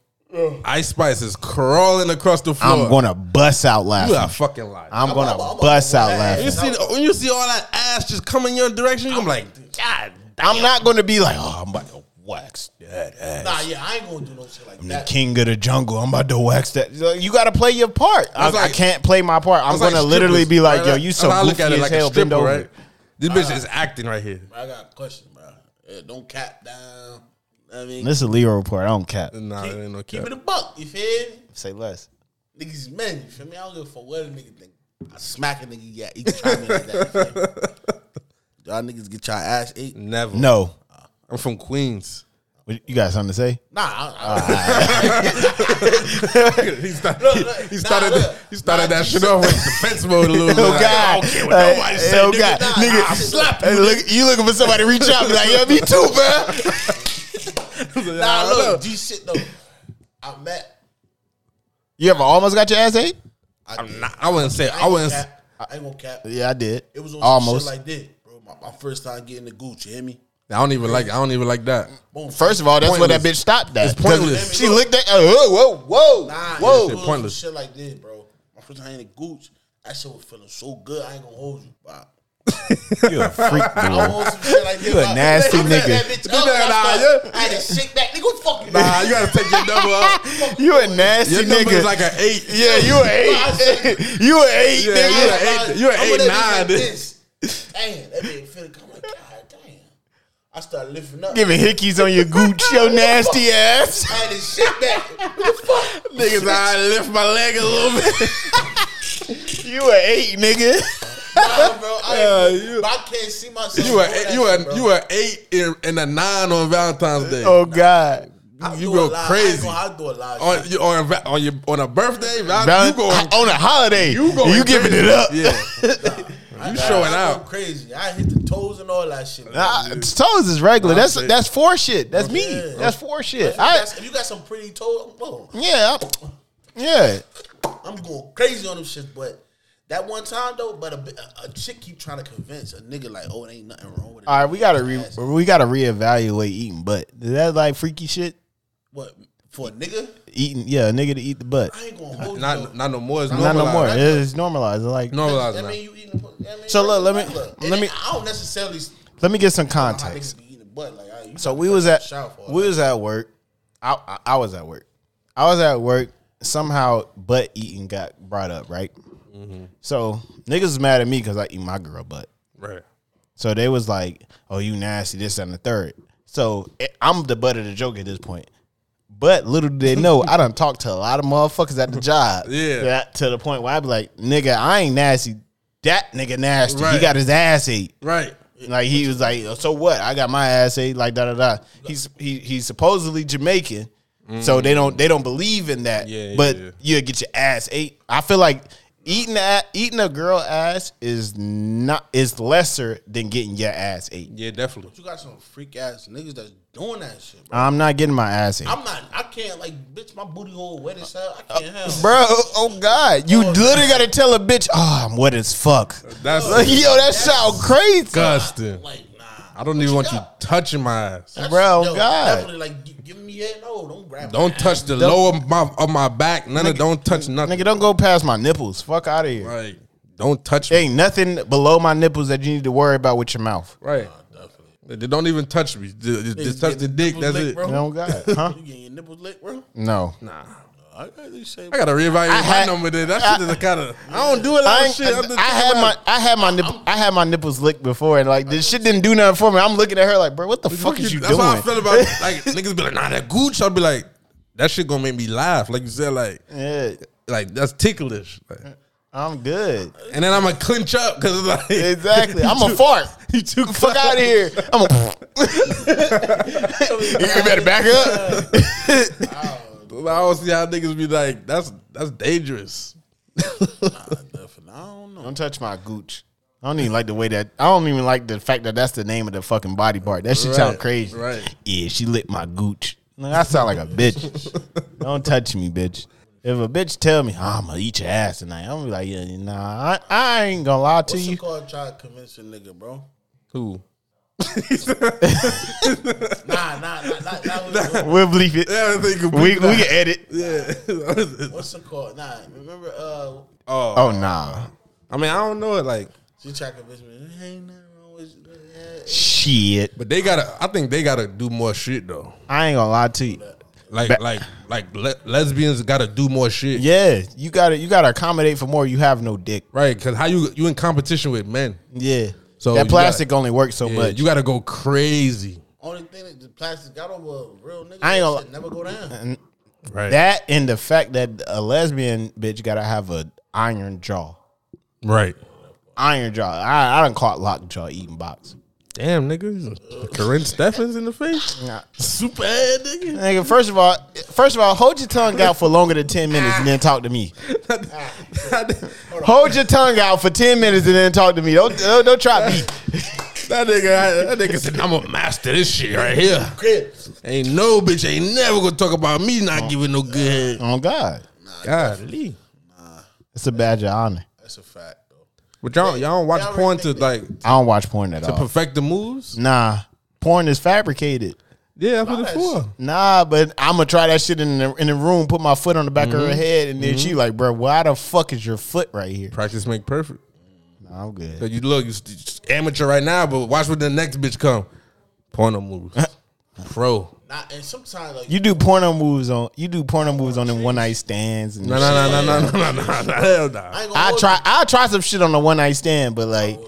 A: Ice Spice is crawling across the floor,
B: I'm gonna bust out
A: you are
B: laughing.
A: fucking lying.
B: I'm
C: I'm- I'm-
B: gonna
C: I'm-
B: bust out
C: I'm-
A: you
B: laughing.
A: see when you see all that ass just coming your direction, you're like, God,
B: I'm not gonna be like, oh, I'm about to wax that ass.
C: Nah, yeah, I ain't gonna do no shit like
B: I'm the
C: that.
B: king of the jungle. I'm about to wax that. Like, You gotta play your part. I,
A: It's like-
B: I can't play my part. I'm
A: It's
B: gonna literally
A: strippers,
B: be like,
A: right?
B: yo, you so
A: That's how I
B: goofy as hell. Bend over.
A: This bitch is acting right here.
C: I got a question, bro. Yeah, don't cap down. I mean,
B: This is a Leo report. I don't cap.
A: Nah, there ain't no
C: keep
A: cap.
C: it a buck. You feel me?
B: Say less.
C: Niggas men. You feel me? I don't give a fuck what a nigga think. I smack a nigga. Yeah, each time like that. you feel me? Y'all niggas get y'all ass ate. Nah,
A: Never.
B: No.
A: I'm from Queens.
B: What- You got something to say?
C: I, I,
A: he started.
C: Look, look,
A: he started.
C: nah, look.
A: he started
C: Nah,
A: that
C: you
A: shit off with defense mode a little bit.
B: Oh
A: Like,
B: God!
A: I don't care what
B: Hey,
A: nobody say,
B: oh
A: nigga.
B: God,
C: Nah,
B: nigga!
C: I'll slap
B: Hey, look, you looking for somebody to reach out? Be like, yo, me too, bro.
C: nah,
A: I don't know.
C: look, G shit though. I met.
B: You ever almost got your ass ate?
C: I,
A: I'm not, I wouldn't say. I wouldn't.
C: Cap. I ain't gonna cap.
B: Yeah, I did.
C: It was on
B: almost.
C: almost shit like this, bro. My, my first time getting the gooch. You hear me?
A: I don't even like. I don't even like that.
C: Boom.
B: First of all, that's where that bitch
A: Pointless.
B: stopped. That
A: It's pointless.
B: She looked at. Oh, whoa, whoa, whoa!
C: Nah,
A: Whoa.
C: whoa,
A: Shit, pointless.
C: shit like this, bro. My first time in the gooch, That shit was feeling so good. I ain't gonna hold you, Bob.
B: You a freak,
C: I
B: boy.
C: want some shit like this.
B: You a
C: I-
B: nasty
C: I fed
B: nigga.
C: That bitch up,
A: Nah,
C: and I,
A: nah,
C: started- I had to shake back. Nigga, what the fuck you
A: Nah, you gotta take your number up.
B: You a nasty
A: Your number
B: nigga.
A: is like an eight.
B: yeah, you an
C: said-
B: eight. you an eight,
A: Yeah,
B: nigga.
A: you an eight- you an
C: I'm
A: eight
C: with that bitch
A: nine,
C: like
A: dude.
C: this. Damn, that nigga feeling. I'm like, God damn. I started lifting up.
B: Giving hickeys on your gooch, your nasty ass.
C: I had to shake back. What the fuck?
B: Niggas, I lift my leg a little bit. you an eight, nigga.
C: Nah, bro. I,
A: Yeah, you-
C: but I can't see myself.
A: You
C: doing
A: a
C: that
A: you
C: shit, bro.
A: a you a eight and- and a nine on Valentine's Day.
B: Oh God.
C: I
A: you
C: do a
A: go
C: lot.
A: crazy.
C: I do a lot. of
A: on you, on va- on your on a birthday. Val-
B: Val-
A: you going
B: on a holiday.
A: you going
B: You giving
A: crazy.
B: it up.
A: Yeah,
C: shit. I-
A: you
C: I-
A: showing
C: I go
A: out.
C: crazy. I hit the toes and all that shit. bro.
B: Nah, toes is regular. That's
A: shit.
B: that's four shit. That's me.
C: Yeah.
B: That's four shit.
C: If you,
B: I
C: got, if you got some pretty toes, bro,
B: yeah I- yeah.
C: I'm going crazy on them shit. But that one time though, but a, bi- a, a chick keep trying to convince a nigga like, oh, it ain't nothing wrong with it.
B: All right, we gotta re- we gotta reevaluate eating butt. Is that like freaky shit?
C: What for a nigga?
B: Eating yeah, a nigga to eat the butt.
C: I ain't gonna hold you.
A: not
C: though.
A: not no more. It's
B: Not no more.
A: normalized.
B: It's normalized. Like
A: Normalized
C: That
A: now.
C: mean you eating. the pussy. That mean
B: So look, let me-
C: Look,
B: let me-
C: I don't necessarily
B: let me get some
C: how
B: context.
C: niggas be eating the butt. Like, all right, you
B: So
C: gotta
B: we
C: cut
B: was
C: the
B: at
C: shower for all
B: we
C: that.
B: was at work. I, I I was at work. I was at work. Somehow butt eating got brought up, right?
A: Mm-hmm.
B: So niggas was mad at me because I eat my girl butt.
A: Right.
B: So they was like, "Oh, you nasty, this that, and the third. So eh, I'm the butt of the joke at this point. But little did they know, I done talked to a lot of motherfuckers at the job.
A: Yeah.
B: That- to the point where I be like, "Nigga, I ain't nasty. That nigga nasty. He
A: Right.
B: got his ass ate."
A: Right.
B: Like he was like, so what? I got my ass ate. Like da da da. He's he he's supposedly Jamaican, so they don't they don't believe in that.
A: Yeah, yeah,
B: but
A: yeah.
B: you get your ass ate. I feel like eating a, eating a girl ass is not is lesser than getting your ass ate.
A: Yeah, definitely.
C: You got some freak ass niggas that's doing that shit, bro.
B: I'm not getting my ass ate,
C: I'm not. I can't like, bitch. My booty hole wet as hell. I can't help.
B: bro. Oh God, you
C: Oh,
B: literally gotta tell a bitch, oh, I'm wet as fuck.
A: That's
B: Like, yo, that sound crazy,
A: disgusting.
C: Like, nah.
A: I don't even want you touching my ass.
C: That's-
B: Bro,
C: yo,
B: God.
C: Definitely like, gi- give me head. No, don't grab.
A: Don't touch the lower of my of my back. None of don't touch nothing.
B: nigga. Don't go past my nipples. Fuck out of here.
A: Like don't touch me.
B: Ain't nothing below my nipples that you need to worry about with your mouth.
A: Right.
C: Definitely.
A: They don't even touch me. Just, just- just touch the dick. That's it.
C: Bro.
B: No God, huh?
C: You getting your nipples licked, bro?
B: No.
A: Nah.
C: I gotta say,
A: I gotta reevaluate
B: I had-
A: my number. There. That shit is kind of. I don't do a
B: I,
A: lot of
B: ain't-
A: Oh, shit. I'm just
B: I had
A: thinking
B: my
A: about-
B: I had my nip, I had my nipples licked before and like this shit didn't do nothing for me. I'm looking at her like, bro, what the fuck is you
A: That's
B: doing?
A: how I feel about like niggas be like, nah, that gooch. I'll be like, that shit gonna make me laugh. Like you said, like
B: Yeah,
A: like that's ticklish. Like,
B: I'm good.
A: and then I'm gonna clinch up because like
B: Exactly. I'm a fart.
A: You too
B: Fuck out of here. I'm a. you better back up.
A: I don't see how niggas be like, that's that's dangerous.
C: definitely. I don't know.
B: Don't touch my gooch. I don't even like the way that. I don't even like the fact that that's the name of the fucking body part. That shit sound
A: Right,
B: crazy.
A: right.
B: Yeah, she licked my gooch. Like, I sound like a bitch. don't touch me, bitch. If a bitch tell me "Oh, I'ma eat your ass tonight, I'm gonna be like, yeah, nah, I, I ain't gonna lie to
C: What's
B: you.
C: it called? Try to convince a nigga, bro.
A: Who?
C: Nah, nah, nah, nah. nah, nah.
B: We'll believe it.
A: Yeah, I think
B: We we can edit.
A: yeah.
C: What's it called? Nah, remember? Uh,
A: oh,
B: Oh nah,
A: I mean, I don't know it like,
C: she tried to convince me. Hey, nothing wrong with you.
B: shit.
A: but they gotta. I think they gotta do more shit though.
B: I ain't gonna lie to you.
A: Like
B: Ba-
A: like like le- lesbians gotta do more shit.
B: Yeah, you gotta you gotta accommodate for more. You have no dick.
A: Right? Because how you you in competition with men?
B: Yeah.
A: So
B: So
A: you
B: that
A: gotta-
B: plastic only works so
A: Yeah,
B: much.
A: you gotta go crazy.
C: Only thing that the plastic got over a real nigga,
B: I ain't
C: that
B: gonna-
C: shit never go down.
A: Right.
B: That and the fact that a lesbian bitch gotta have a iron jaw.
A: right.
B: Iron jaw. I, I done caught lockjaw eating box.
A: Damn, nigga. Corinne Steffens in the face.
B: Nah.
A: Super head, nigga.
B: Nigga, first of all, first of all, hold your tongue out for longer than ten minutes and then talk to me. Hold your tongue out for ten minutes and then talk to me. Don't don't, don't try me.
A: That nigga, that nigga said, I'm gonna master this shit right here.
C: Cribs.
A: Ain't no bitch ain't never gonna talk about me not giving no good head.
B: Oh God,
A: Golly.
B: it's a badge of honor.
C: That's a fact, though.
A: But y'all, y'all don't watch
C: Y'all
A: porn
C: really
A: to
C: think
A: like
B: I don't watch porn at all.
A: perfect the moves?
B: Nah, porn is fabricated.
A: Yeah, I put the four.
B: Nah, but I'm gonna try that shit in the in the room. Put my foot on the back of her head, and then she like, bro, why the fuck is your foot right here?
A: Practice make perfect.
B: Nah, I'm good.
A: So you look, you s- amateur right now, but watch when the next bitch come. Porno movies, pro.
C: Nah, and sometimes like
B: You do porno moves on. You do porno moves
C: Oh,
B: on them one night stands. And
A: No, no, no, no, no, no, no, no, no, hell nah.
C: I ain't gonna
B: I
C: hold
B: try. I try some shit on the one night stand, but like.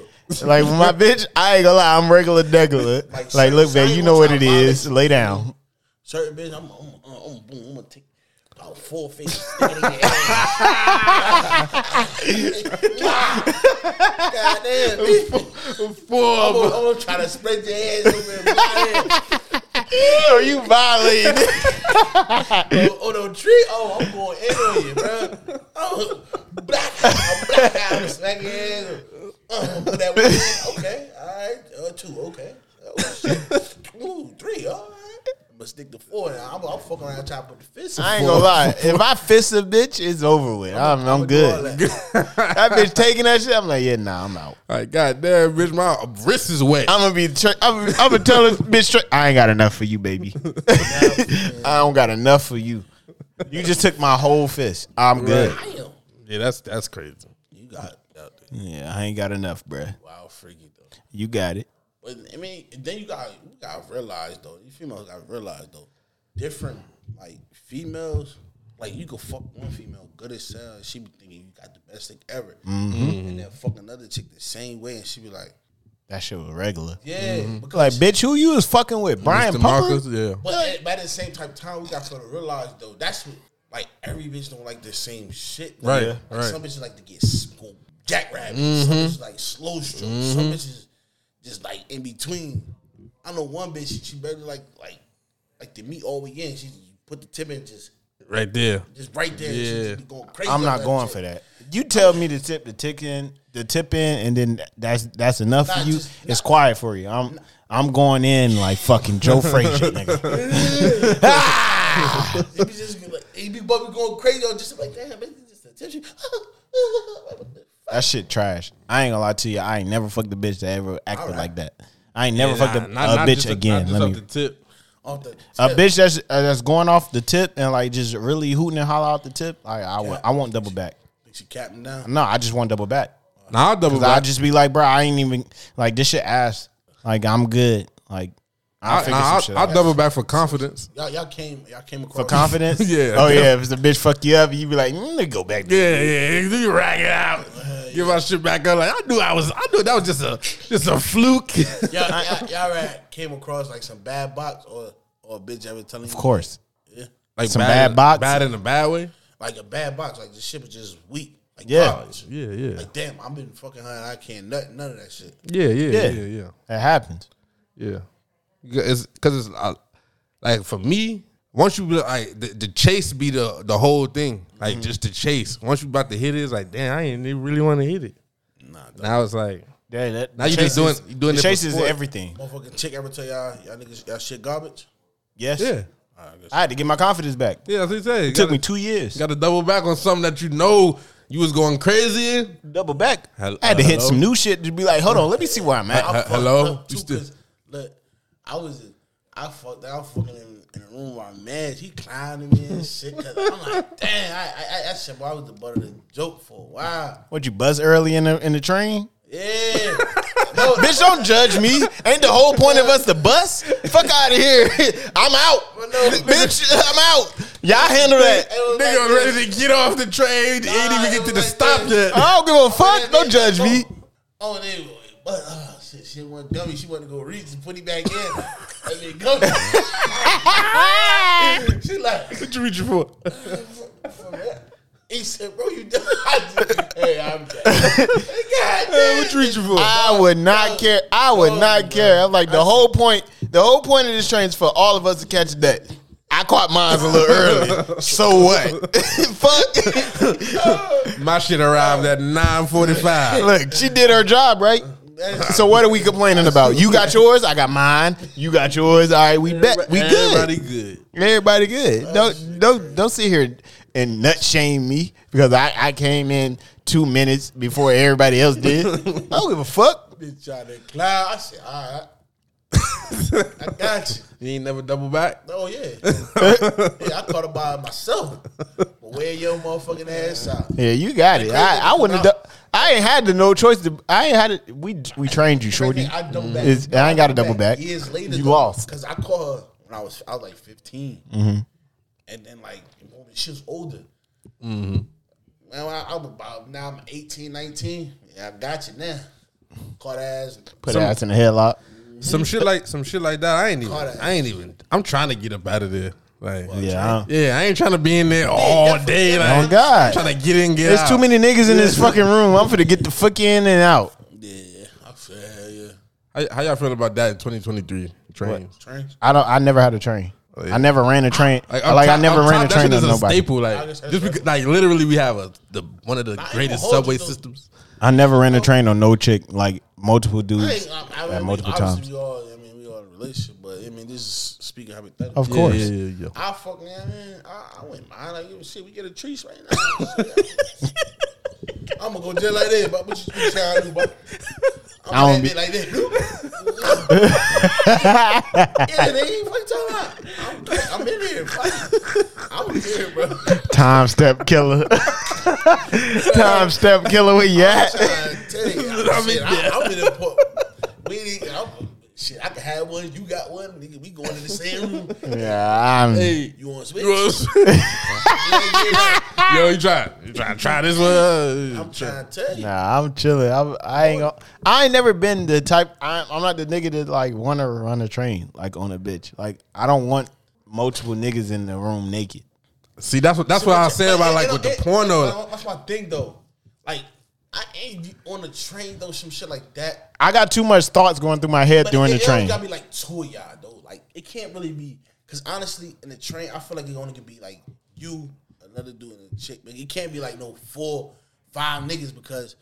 B: Like with my bitch, I ain't gonna lie, I'm regular degular. Like,
C: Like,
B: look, man,
C: I
B: you
C: ain't
B: know what
C: gonna
B: it
C: try to
B: is. Lay down.
C: certain bitch. I'm, I'm, I'm, I'm, boom, I'm gonna take about four fingers. sticking in your ass. God damn, bitch. I'm gonna, I'm gonna try to spread your ass open and blind it.
B: Are you violating?
C: Oh, oh, no tree. Oh, I'm going in on you, bro. Oh, black out, black out, smack your ass. Oh, put that one. Okay, all right. Uh, two, okay. Oh, shit. Ooh, three, all right. But stick to four. Now. I'm, I'm fucking around trying to put the fist. in
B: I ain't gonna lie. If I fist a bitch, it's over with. I'm, I'm
C: all
B: good.
C: that.
B: That bitch taking that shit. I'm like, yeah, nah, I'm out.
A: Like, goddamn, bitch, my wrist is wet.
B: I'm gonna be. Tra- I'm, I'm gonna tell this bitch straight. I ain't got enough for you, baby. I don't got enough for you. You just took my whole fist. I'm good.
C: Damn.
A: Yeah, that's that's crazy.
C: You got that.
B: Yeah, I ain't got enough, bruh.
C: Wow, freaky though.
B: You got it.
C: But I mean, then you got you got to realize though. You females got to realize though. Different like females, like you could fuck one female good as hell. and She be thinking you got the best thing ever,
B: Mm-hmm.
C: and then fuck another chick the same way, and she be like,
B: That shit was regular.
C: yeah, because
B: Mm-hmm. Like, bitch, who you was fucking with, Brian
A: Mr.
B: Pumper?
A: Marcus, yeah.
C: But at, but at the same type time, we got to realize though that's what, like every bitch don't like the same shit.
A: Right,
C: Like,
A: right.
C: Some bitches like to get s- go jackrabbit.
B: Mm-hmm.
C: Some bitches like slow stroke. Some bitches just like in between. I know one bitch she, she barely like like like the meat all weekend. She just put the tip in just
A: Right there.
C: just right there. and
A: Yeah.
C: She just be going crazy.
B: I'm
C: on
B: not going
C: shit.
B: for that. You tell me to tip the tick in, the tip in, and then that's that's enough
C: Nah,
B: for you.
C: just-
B: it's quiet for you. I'm I'm going in like fucking Joe Frazier, nigga.
C: It be just like it be but we going crazy on just like damn bitch just attention. What the fuck?
B: That shit trash. I ain't gonna lie to you. I ain't never fucked a bitch that ever acted like that. I ain't never fucked a, a bitch
A: just
B: again.
A: Not just
B: Let
A: off
B: me.
A: the tip.
C: Off the
B: A
C: tip.
B: bitch that's uh, that's going off the tip and like just really hooting and holler out the tip. Like I want, I want double back.
C: She capping down.
B: No, I just want double back.
A: Nah, I'll double
B: 'Cause I
A: back.
B: just be like, bro, I ain't even like this shit ass. Like I'm good. Like I'll
A: I,
B: figure
A: nah,
B: some
A: I'll,
B: shit
A: I'll
B: out.
A: double back for confidence.
C: Y'all, y'all came, y'all came across
B: for confidence.
A: Yeah.
B: Oh yeah. If it's a bitch fuck you up, you be like, mm, let me go back. there.
A: Yeah, yeah. You rag it out. Give my shit back up. Like I knew I was. I knew that was just a just a fluke.
C: Y'all, y'all, y'all right, came across like some bad box or or a bitch ever telling you,
B: Of course.
A: like
B: Some bad box.
A: Bad in a bad way.
C: like a bad box, like the shit was just weak, like
B: Yeah.
C: garbage.
A: Yeah, yeah,
C: Like damn, I've been fucking her, and I can't nut none of that shit.
A: yeah, yeah,
B: Yeah.
A: yeah, yeah.
B: That happens.
A: Yeah, because it's, 'cause it's uh, like for me, once you be like the, the chase be the the whole thing, like
C: Mm-hmm.
A: just the chase. Once you about to hit it, it's like damn, I ain't even really want to hit it. Nah, now it's like
B: Yeah, that,
A: Now you just
B: chase is-
A: doing- you doing
B: the
A: it for
B: chase is
A: sport.
B: everything.
C: Motherfucking chick ever tell y'all y'all niggas y'all shit garbage?
B: Yes.
A: yeah,
B: I had to get my confidence back. It
A: yeah. That's what you say. It
B: took me two years.
A: Got to double back on something that you know you was going crazy in.
B: double back.
A: Hel-
B: I had to hit
A: hello?
B: some new shit to be like, hold on, let me see where I'm
C: I
B: at.
A: Uh,
C: fucked
A: hello?
C: up, too,
A: You still-
C: 'cause, Look, I was I fucked. I was fucking in, in the room with my man. He clowning me and shit. Cause I'm like, damn, I, I, I that shit. boy, I was the butt of the joke for a while.
B: What you buzz early in the in the train?
C: Yeah. No,
B: Bitch, don't judge me. Ain't the whole point of us to bust? Fuck out of here. I'm out.
C: But no.
B: Bitch, I'm out. Y'all handle that.
C: It was
A: Nigga
C: like
A: was
C: this.
A: ready to get off the train. ain't
C: Nah,
A: even
C: it
A: get
C: was
A: to the
C: like
A: stop
C: this.
A: yet.
B: I don't give a
C: Yeah,
B: fuck. Don't
C: they-
B: judge me.
C: Oh, oh, they, but oh, shit, she went dummy. She wanted to go reach and put it back in. I mean, gummy. she like,
A: What you reaching for?
C: he said, bro, you done? I just- hey, I'm done. God damn.
A: What you reaching for?
B: I would not care. I would not care. I'm like the whole point. The whole point of this train is for all of us to catch that. I caught mine a little early. So what? Fuck.
A: My shit arrived at nine forty five.
B: Look, she did her job, right? So what are we complaining about? You got yours, I got mine. You got yours. All right, we bet we
A: Everybody
B: good.
A: good.
B: Everybody good. Don't don't don't sit here and nut shame me because I I came in two minutes before everybody else did. I don't give a fuck.
C: Bitch, trying to clown. I said, all right. I got you.
A: You ain't never double back.
C: Oh yeah. yeah, I caught it by myself. But wear your motherfucking ass out.
B: Yeah, you got it. I, I wouldn't have. done- I ain't had the no choice. To, I ain't had it. We we trained you, shorty.
C: I double back.
B: It's- I ain't got a double back.
C: Years later,
B: you lost. Mm-hmm.
C: because I called her when I was I was like 15 and then like she was older.
B: Mm-hmm.
C: Now I, I'm about now I'm 18, 19. Yeah, I got you now. Caught ass.
B: Put her ass in a headlock.
A: Some shit like some shit like that. I ain't even.
C: Caught ass.
A: I ain't even. I'm trying to get up out of there. Like
B: Yeah.
A: yeah, I ain't trying to be in there all day. Like,
B: Oh, God.
A: trying to get in, get
B: There's
A: out.
B: too many niggas in this fucking room. I'm finna get the fuck in and out.
C: Yeah, I feel you.
A: How, how y'all feel about that in 2023 trains?
C: Trains.
B: I don't. I never had a train.
A: Oh, yeah.
B: I never ran a train. Like,
A: I'm
B: I
A: top-
B: never
A: I'm
B: ran a
A: top- that
B: train on
A: shit is a
B: nobody.
A: Staple, like
C: I just heard
A: just
C: that.
A: because, like literally, we have a the one of the
C: even
A: greatest
C: hold you
A: subway
C: though.
A: systems.
B: I never ran a train on no chick. Like multiple
C: I,
B: dudes
C: ain't- I, I,
B: at
C: mean,
B: multiple
C: obviously
B: times.
C: We all, I mean, we all in a relationship, but I mean, this is speaking hypothetically.
B: Of course.
A: yeah, yeah, yeah.
C: I fucking, I mean, I, I wouldn't mind. I give a shit. We get a treat right now. I'm gonna go just like that, but what you you trying to do, but
B: I don't
C: I'm gonna
B: be-
C: be like that. yeah, they ain't fucking talking about. I'm, I'm in here. fuck. I'm in here, bro.
B: Time step killer. Time step killer. Where you
C: I'm
B: at?
C: trying to tell you. I'm, shit, I, I'm in the port. We need, I'm, shit, I can have one. You got one. Nigga, we going in the same room.
B: Yeah, I'm,
C: You want switch?
A: You know what I'm saying? Yo, you try, you try, try this one.
C: I'm trying to tell you.
B: nah, I'm chilling. I'm, I ain't. Gonna, I ain't never been the type. I'm, I'm not the nigga that like want to run a train like on a bitch. Like I don't want multiple niggas in the room naked.
A: See, that's what that's what I said about like with the porno.
C: That's my thing though. Like I ain't on the train though. Some shit like that.
B: I got too much thoughts going through my head
C: But
B: during
C: it,
B: the
C: it only
B: train.
C: gotta be like two of y'all though. Like it can't really be because honestly, in the train, I feel like it only could be like you, another dude, and a chick. But it can't be like no four, five niggas because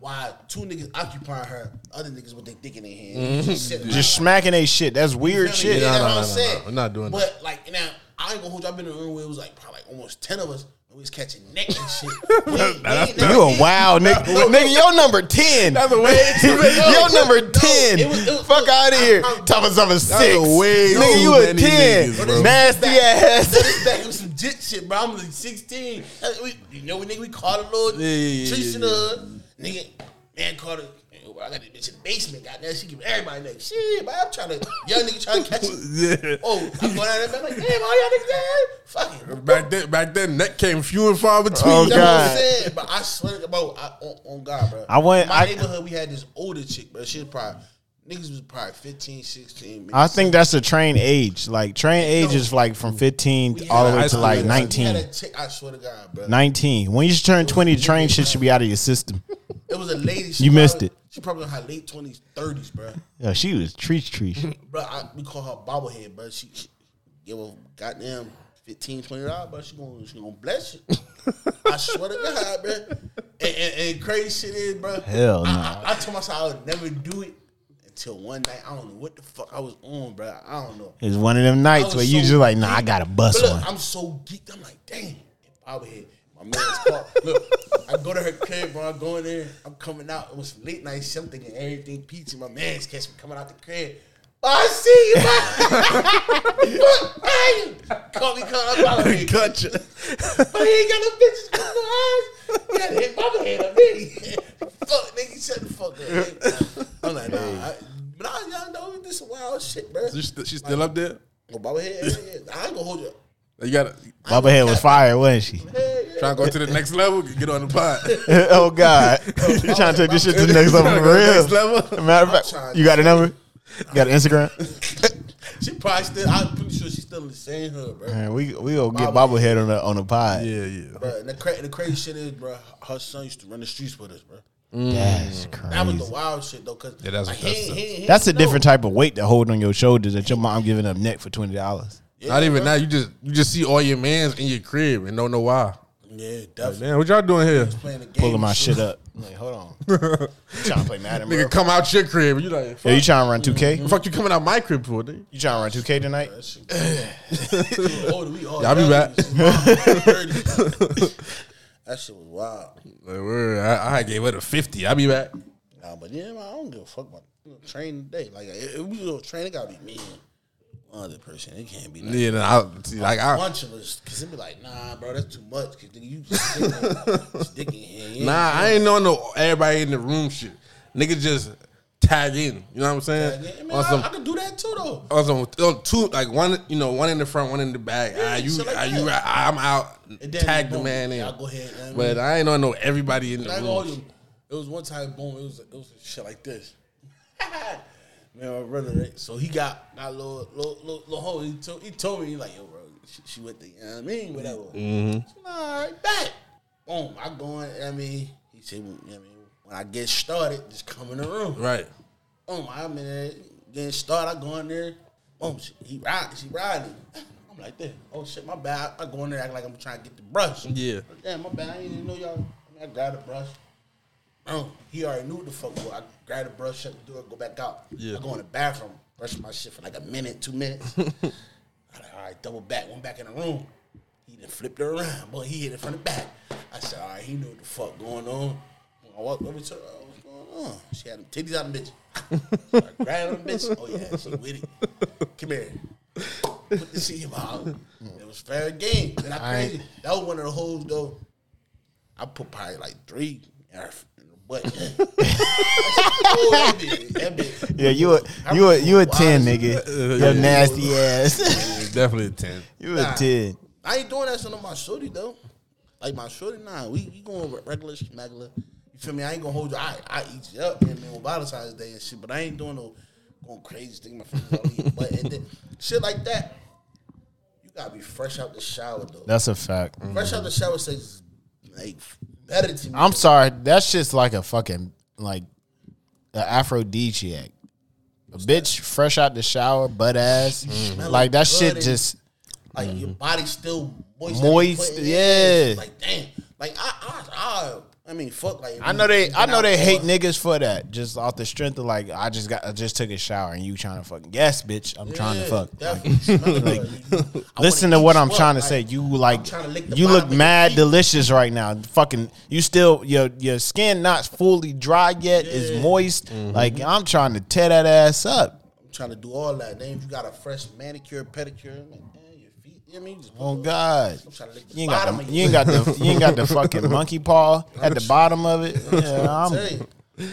C: why two niggas occupying her, other niggas what they think in their hand. Just sitting there.
B: Mm-hmm. Just smacking they shit. That's weird
C: You feel me?
B: shit.
C: Yeah, that's what
A: no, no,
C: I'm
A: no, no.
C: saying.
A: We're not doing
C: But like now, I ain't gonna hold you. I've been in a room where it was like probably like almost ten of us. and We was catching neck and shit. We ain't- we ain't never
B: You a
C: did-
B: wild nigga. nigga, your number 10.
A: That's a way too many.
B: your number 10.
C: it was- it was-
B: Fuck out of here.
C: I'm-
B: Top of something six.
A: way
B: nigga,
A: too
B: you a
A: many
B: 10.
A: niggas, bro.
B: Nasty
C: This
B: ass.
C: is back with some jit shit, bro. I'm like 16. That's- we- you know, we nigga, we caught a little
A: Yeah, yeah, yeah,
C: treats
A: yeah,
C: in the hood. Nigga, man caught her. "Man, I got this bitch in the basement. Got that. She give everybody neck. Shit, man. I'm trying to, young nigga trying to catch it.
A: Yeah.
C: Oh, I'm going out there, man. Like, damn, all y'all niggas there. Fuck it.
A: Back then, back then, that came few and far between.
B: Oh,
C: That's what
B: God.
C: I'm saying, but I swear to God, I, on, on God, bro.
B: I went-
C: my
B: I-
C: neighborhood. We had this older chick, bro. She was probably niggas was probably 15, 16.
B: I think that's the train age. Like, train age is like from 15 all the way to like
C: We had
B: 19.
C: a chick, I swear to God, bro.
B: 19. When you turn 20, the train shit should be out of your system.
C: It was a lady. She
B: You missed
C: probably-
B: it.
C: She probably in her late twenties, thirties, bro.
B: Yo, she was treach treach.
C: Bro, I, we call her bobblehead, bro. She, she give a goddamn 15 dollars, bro. She gonna she gonna bless you. I swear to God, bro. And, and, and crazy shit is, bro.
B: Hell
C: I-
B: nah.
C: I, I told myself I would never do it until one night. I don't know what the fuck I was on, bro. I don't know.
B: It's one of them
C: I
B: nights
C: was
B: where you
C: so
B: just like, nah,
C: geeked.
B: I gotta bust
C: But look,
B: one.
C: I'm so geeked. I'm like, dang, bobblehead. My man's called. Look, I go to her crib, bro. I go in there. I'm coming out. It was late night. So I'm thinking everything peachy. My man's catch me coming out the crib. Oh, I see you, man. Fuck, man. Call me, call me, bobblehead.
A: Gotcha.
C: But Oh, he ain't got no bitches in the eyes. He had to hit bobblehead on me. Fuck, nigga, shut the fuck up. nigga. I'm like, nah. I, but I, y'all know this some wild shit, bro.
A: She's st- she's still up there.
C: Oh, bobblehead, yeah, yeah. I ain't gonna hold you.
A: You gotta
B: Bubbahead was fired, wasn't she?
C: Yeah, yeah.
A: try to go to the next level. Get on the pod.
B: oh God, you trying to take this shit to the next level
A: Tryna
B: for
A: go to the next
B: real?
A: level.
B: Matter of
C: trying
B: fact, you got a number? You got an Instagram?
C: She probably still. I'm pretty sure she's still in the same hood, bro.
B: Man, we we gonna get bobblehead on the on the pod.
A: Yeah, yeah.
C: Bro, and the, cra- the crazy shit is, bro, her son used to run the streets with us, bro.
B: Mm. That's
C: That was
B: crazy.
C: the wild shit though, cause
A: Yeah, that's-
C: like,
A: that's the-
C: ain't-
B: That's a
C: ain't
B: different
C: know.
B: type of weight to hold on your shoulder that your mom giving up neck for twenty dollars.
A: Not even now. You just you just see all your mans in your crib and don't know why.
C: Yeah, definitely
A: Man, what y'all doing here?
C: playing the game.
B: Pulling my
C: and
B: shit up. Like, hold on. trying to play Madden, bro. Mm-hmm.
A: Nigga, come out your crib. You like
B: Yo,
A: fuck,
B: you trying to run two K?
A: fuck you coming out my crib for nigga.
B: You trying to run two K tonight?
C: Oh, we all.
A: Y'all be back.
C: that shit was wild.
A: Like, word, I, I gave her the fifty. I'll be back.
C: Nah, but yeah, man, I don't give a fuck about you know, train today. Like if if we go train, it gotta be me and one other person. It can't be like
A: Yeah, nah, I, see, like I,
C: bunch of us. Cause it be like, nah, bro, that's too much. Cause nigga, you just sticking, sticking here. You ain't
A: Nah, I ain't on no everybody in the room shit. Nigga just tag in. You know what I'm saying?
C: Yeah, man,
A: on
C: I,
A: some,
C: I could do that too though.
A: on some on two, like one, you know, one in the front, one in the back.
C: Yeah,
A: ah, you,
C: shit like
A: ah, you,
C: that.
A: ah, I'm out.
C: And then
A: Tag the
C: boom,
A: man in.
C: yeah, I'll go ahead, you know what I mean?
A: but I ain't on no everybody in the
C: Can I go
A: room.
C: hold you? oh, It was one time, boom. It was it was shit like this. Man, my brother, right? So he got got a little little little, little hoe. He told he told me he like, yo, bro, she, she with the, you know what I mean, whatever. So, all right, back. Boom. I go in. you know what I mean, he said, you know what I mean, when I get started, just come in the room.
A: Right.
C: Boom. Oh, I'm in there getting started. I go in there. Boom. She, he riding. She riding. I'm like this. Oh shit, my bad. I go in there act like I'm trying to get the brush.
A: Yeah.
C: Damn, my bad. I didn't even know y'all. I, mean, I grabbed a brush. Oh, he already knew what the fuck was. I grabbed a brush, shut the door, go back out.
A: Yeah.
C: I go in the bathroom, brush my shit for like a minute, two minutes. I like, all right, double back, went back in the room. He done flipped her around, but he hit it from the back. I said, all right, he knew what the fuck going on. I walked over to her, oh, what's going on? She had them titties out of bitch. so I grabbed them bitch. Oh yeah, she with it. Come here put the seam out. It was fair game. And I crazy. That was one of the holes though. I put probably like three in her, in her butt. Oh, that bitch, that bitch.
B: Yeah, you a you a you a ten, nigga. Your nasty ass.
A: It's definitely a ten.
B: you a ten.
C: I ain't doing that shit on my shorty though. Like my shorty, nah. We we going re- regular smuggler. You feel me? I ain't gonna hold you. I I eat you up, you know what I mean, on Valentine's Day and shit. But I ain't doing no going crazy thing. My fingers out eating butt and then shit like that. You gotta be fresh out the shower though.
B: That's a fact.
C: Fresh out the shower says like better to me.
B: I'm sorry. That shit's like a fucking like an aphrodisiac. A bitch fresh out the shower, butt ass.
C: Mm.
B: Like that shit
C: good
B: just
C: like your body's still moist.
B: Moist,
C: after putting
B: yeah.
C: in. Like damn. Like I I I, I mean fuck like
B: I know they I know they hate niggas for that. Just off the strength of like I just got I just took a shower and you trying to fucking yes, bitch. I'm trying to fuck. Like, listen to what I'm trying to say. You like
C: trying to lick the
B: you look
C: bottom of your
B: mad
C: feet.
B: delicious right now. Fucking you still your your skin not fully dry yet. It's moist.
C: Mm-hmm.
B: Like I'm trying to tear that ass up.
C: I'm trying to do all that. Then if you got a fresh manicure, pedicure, like, damn, your feet. You know what I mean, just
B: Oh God.
C: I'm trying to lick the
B: You ain't,
C: bottom
B: got
C: of
B: the,
C: your
B: you ain't got the you ain't got the fucking monkey paw at the bottom of it. Yeah,
C: Tell
B: I'm
C: you,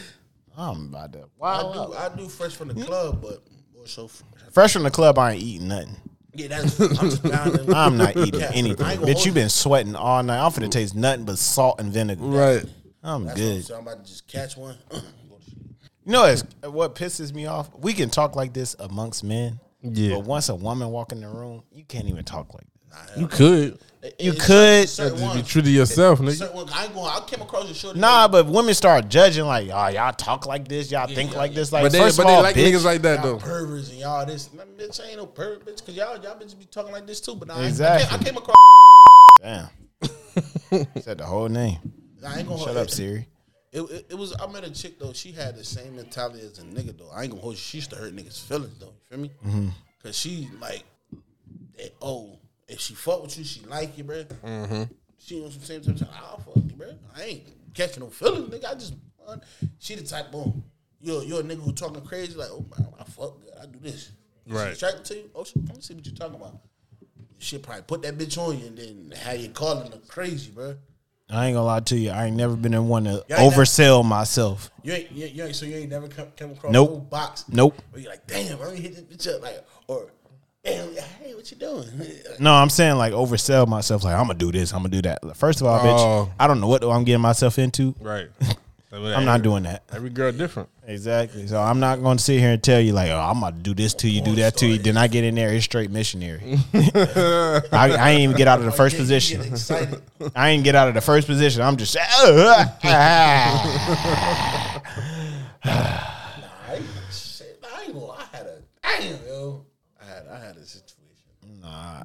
B: I'm about to
C: I
B: wow.
C: do I do fresh from the club, but boy, so fresh.
B: Fresh from the club, I ain't eating nothing.
C: yeah, that's I'm just down there.
B: I'm not eating
C: Yeah, I ain't
B: anything.
C: gonna
B: Bitch,
C: hold
B: you been sweating all night. I'm finna taste nothing but salt and vinegar.
A: Right.
B: I'm
C: That's what I'm
B: good.
C: saying. I'm about to just catch one. Go to sleep.
B: You know it's, what pisses me off? We can talk like this amongst men.
A: Yeah.
B: But once a woman walk in the room, you can't even talk like this.
A: You could.
B: You
C: It's
B: could.
C: certain
A: Just be
C: ones.
A: true to yourself, nigga.
C: Certain ones. I ain't going. I came across your shorty.
B: Nah, but women start judging like, oh, y'all talk like this, y'all think like this. Like,
A: But they,
B: first
A: but
B: of
A: they
B: all,
A: like
B: bitch,
A: niggas like that
C: y'all
A: though.
C: perverts and y'all this. Man, bitch, I ain't no pervert, bitch, because y'all, y'all bitches be talking like this too. But nah, I ain't- I,
B: Exactly.
C: came, I came across.
B: damn. Said the whole name.
C: Nah, I ain't gonna
B: Shut
C: hold
B: up,
C: it-
B: Siri.
C: It, it, it was I met a chick though. She had the same mentality as a nigga though. I ain't gonna hold you. She used to hurt niggas' feelings though. You feel me? Cause she like, that, oh, if she fuck with you, she like you, bro. She on some same time. I'll fuck you, bro. I ain't catching no feelings, nigga. I just uh, she the type boom. You're, you're a nigga who talking crazy like, oh my, I fuck, good. I do this. She
A: Right.
C: attracted to you. Oh, shit, let me see what you talking about. She probably put that bitch on you and then have you calling her crazy, bro.
B: I ain't gonna lie to you. I ain't never been in one to
C: Y'all ain't
B: oversell myself.
C: You ain't, you, you ain't, so you ain't never come, come across
B: Nope.
C: no box.
B: Nope.
C: Where you like, damn, let me hit this bitch up, like, or, damn, hey, what you doing? Like,
B: No, I'm saying like oversell myself. Like I'm gonna do this. I'm gonna do that. Like, First of all,
A: Oh.
B: bitch, I don't know what I'm getting myself into.
A: Right.
B: I'm not doing that.
A: Every girl different.
B: Exactly. So I'm not gonna sit here and tell you like, oh, I'm gonna do this to you, do that to you. Then I get in there, it's straight missionary. I, I ain't even get out of the first
C: you get
B: position.
C: excited.
B: I ain't get out of the first position. I'm just. "Ah, I
C: I ain't, shit, I ain't gonna, I had a, damn, yo. I had, I had a situation. Nah.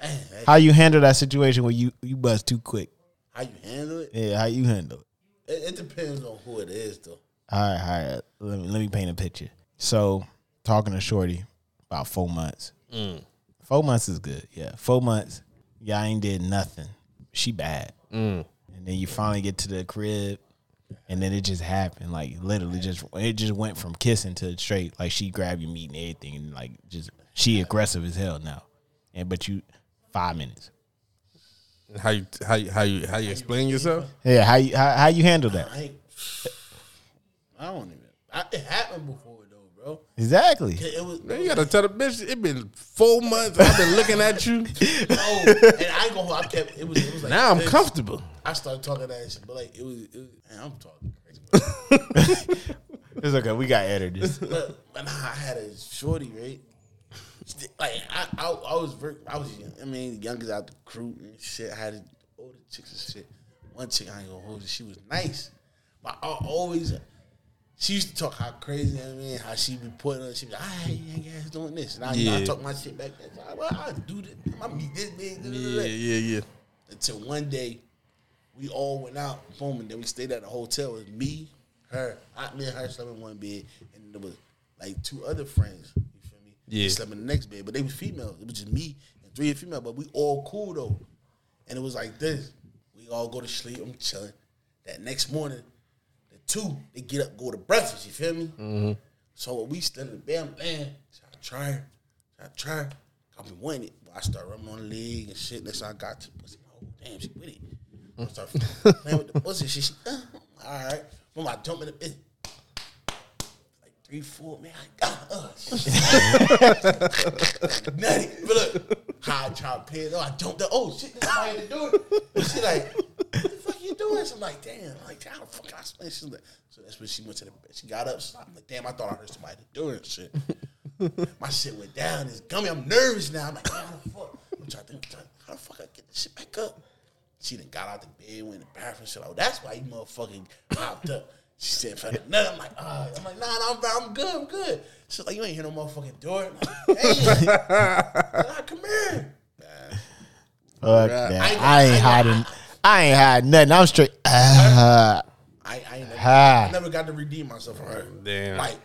C: Damn, hey,
B: how you handle that situation where you you buzz too quick?
C: how you handle it?
B: Yeah, how you handle it?
C: it? It depends on who it is, though.
B: All right, all right. Let me let me paint a picture. So, talking to Shorty about four months. Four months is good. Yeah, four months. Mm. Y'all ain't did nothing. She bad. And then you finally get to the crib. And then it just happened, like literally, just it just went from kissing to straight, like she grabbed your meat and everything, and like just she aggressive as hell now, and but you five minutes,
A: How you how you how you how you explain yourself?
B: yeah, how you how, how you handle that
C: I, ain't- I don't even. I, it happened before though, bro.
B: exactly?
C: It was
A: Man, you gotta tell the bitch it been four months. I've been looking at you.
C: no, oh, and I ain't gonna. I kept. It was. It was like
A: Now I'm
C: this.
A: comfortable.
C: I started talking that shit, but like it was. It was man, I'm talking crazy. bro.
B: It's okay, we got editors.
C: but, but nah, I had a shorty, right? Like I, I, I was, very, I was, young. I mean, youngest out the crew and shit. I had older chicks and shit. One chick I ain't gonna hold it. She was nice, but I always. She used to talk how crazy I mean, how she be putting on. She be like, "I ain't ass doing this," and I, you know, I
A: Yeah.
C: talk my shit back. then. So I, well, I do this. I meet this big. da, da, da, da."
A: Yeah, yeah, yeah.
C: until one day we all went out, boom, and then we stayed at a hotel. It was me, her, I, me and her slept in one bed, and there was like two other friends. You feel me?
A: Yeah.
C: They slept in the next bed, but they was females. It was just me and three female, but we all cool though. And it was like this: we all go to sleep. I'm chilling. That next morning, the two they get up, go to breakfast. You feel me? Mm-hmm. So we still in the bed, man. Should I try her? Should I try her? I've been wanting it. But I start rubbing on the leg and shit. That's how I got to pussy. Oh, damn, she with it. I start playing with the pussy. She, she uh, all right. When I jump in the bed, like three, four, man, I got uh, shit. Nutty. But look, how I try to pay it off. I jumped up. Oh, shit, that's how I had to do it. But she like, what the fuck you doing? So I'm like, damn. I'm like, how the fuck I explain? She's like, so that's when she went to the bed. She got up. So I'm like, damn, I thought I heard somebody doing it. Shit. My shit went down. It's gummy. I'm nervous now. I'm like, how the fuck? I'm trying to think, I'm trying to- how the fuck I get this shit back up? She done got out the bed, went in the bathroom. Shit, oh, that's why you motherfucking popped up. She said, for another. I'm like, ah, I'm like, nah, nah, I'm, I'm good, I'm good. She's like, you ain't hear no motherfucking door. I'm like, damn. nah, come here.
B: Fuck
C: I
B: that.
C: ain't-
B: I ain't hiding. I ain't hiding nothing. I'm straight. Ah.
C: I, I, ain't never,
B: Ha.
C: I never got to redeem myself from her.
A: Damn.
C: Like,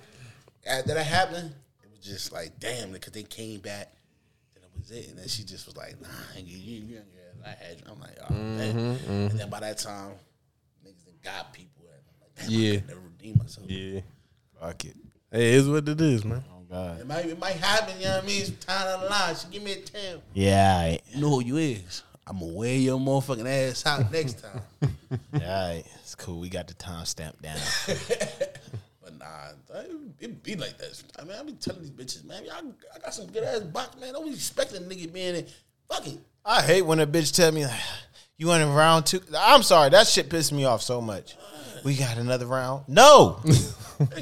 C: after that happened, it was just like, damn, because they came back, and it was it. And then she just was like, nah, nigga, you, you, you, I had you. I'm like, oh, man. And then by that time, niggas done got people. And I'm like, damn, I
A: Yeah.
C: could never redeem myself.
A: Yeah.
B: Fuck it.
A: Hey, it is what it is, man.
B: Oh God.
C: It might, it might happen, you know what I mean? Some Time down the line, she give me a tail.
B: Yeah. All right.
C: You know who you is. I'm gonna wear your motherfucking ass out next time.
B: All right. It's cool. We got the timestamp down.
C: But nah, it, it be like that. I mean, I be telling these bitches, man, y'all, I got some good ass box, man. Don't be expecting a nigga being in. Fuck it.
B: I hate when a bitch tell me like, you want a round two. I'm sorry, that shit pissed me off so much. We got another round. No,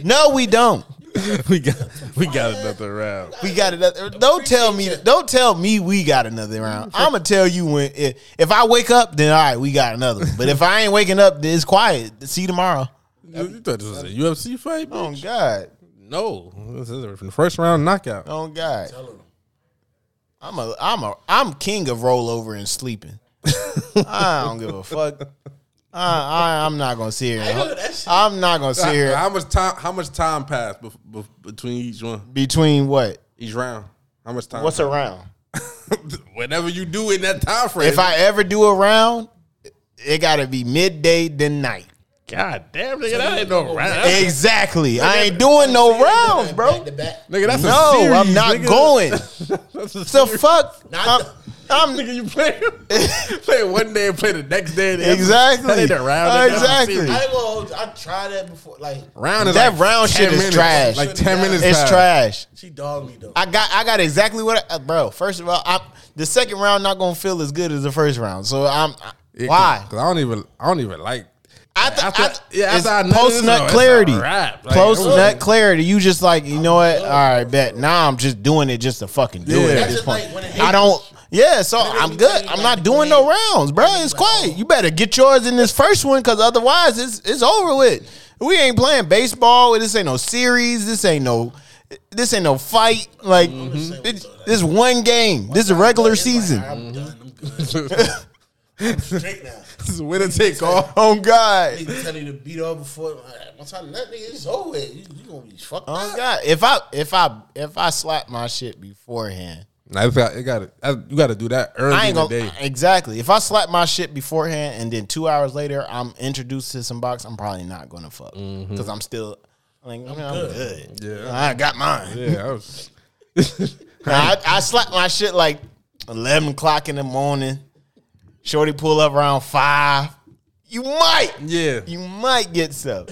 B: no, we don't.
A: we got we got another round.
B: We got another. Don't tell me. Don't tell me we got another round. I'm gonna tell you when. If, if I wake up, then all right, we got another. one. But if I ain't waking up, then it's quiet. See you tomorrow.
A: You, you thought this was a UFC fight? bitch?
B: Oh God.
A: No, this is a first round knockout.
B: Oh God.
C: Tell them.
B: I'm a. I'm a. I'm king of rollover and sleeping. I don't give a fuck. I, I, I'm not gonna sit here.
C: I know that shit.
B: I'm not gonna sit here.
A: How, how much time? How much time passed bef- bef- between each one,
B: Between what?
A: each round? How much time?
B: What's a round?
A: Whatever you do in that time frame.
B: If I ever do a round, it gotta be midday then night.
A: God damn, nigga, that ain't no round.
B: Exactly. I ain't doing no Oh, rounds, bro.
C: Back to back.
A: Nigga, that's
B: No,
A: a series,
B: I'm not
A: nigga.
B: going.
A: That's a
B: So
A: series.
B: fuck. I'm,
C: Not
B: I'm
A: Nigga, you play, play it one day and play the next day. and the other- That
B: exactly.
A: ain't a round. nigga. That's a
B: Exactly.
A: series.
C: I ain't gonna hold you. I tried that before. Like,
A: Round is
B: That
A: like
B: round
A: 10
B: shit is
A: minutes.
B: trash.
A: Like ten
C: Yeah.
A: minutes.
B: It's
A: passed.
B: trash.
C: she dogged me though.
B: I got I got exactly what I, uh, bro. First of all, I, the second round not gonna feel as good as the first round. So I'm I-
A: Yeah,
B: why?
A: Cause, 'cause I don't even. I don't even like.
B: I th-
A: After-
B: I th-
A: yeah,
B: it's
A: after I know
B: post
A: this, oh,
B: nut
A: it's a
B: clarity.
A: wrap. Like,
B: post
A: it was-
B: nut clarity. You just like you know what? All right, bet. Now I'm just doing it just to fucking do it
A: Yeah.
B: at
A: That's
B: this
C: just
B: point.
C: like when it
B: I don't. Yeah, so
C: Whenever
B: I'm
C: you
B: good.
C: think
B: I'm
C: you
B: not
C: got
B: doing
C: the
B: no
C: plan,
B: rounds, bro. It's
C: like,
B: quiet.
C: oh.
B: You better get yours in this first one, cause otherwise it's it's over with. We ain't playing baseball. This ain't no series. This ain't no. This ain't no fight. Like
A: Mm-hmm.
B: it- this one game. This is regular
C: It's like,
B: season. Mm-hmm.
C: I'm done. I'm good. I'm straight now.
A: This is winner take all.
B: Oh God.
C: Nigga tell you to beat off before. like, Once I nut nigga, it's over. with. You, you gonna be fucked
B: Oh
C: up.
B: God. If I if I if I slap my shit beforehand.
A: Nah, it's got, it got you got to do that early
B: I ain't
A: in the
B: gonna
A: day.
B: exactly. If I slap my shit beforehand and then two hours later I'm introduced to some box, I'm probably not gonna fuck because I'm still like I'm, I'm good.
A: Mm-hmm. Yeah.
B: I got mine.
A: yeah, I was,
B: Nah, I, I slapped my shit like eleven o'clock in the morning. Shorty pull up around five. You might,
A: yeah.
B: you might get some.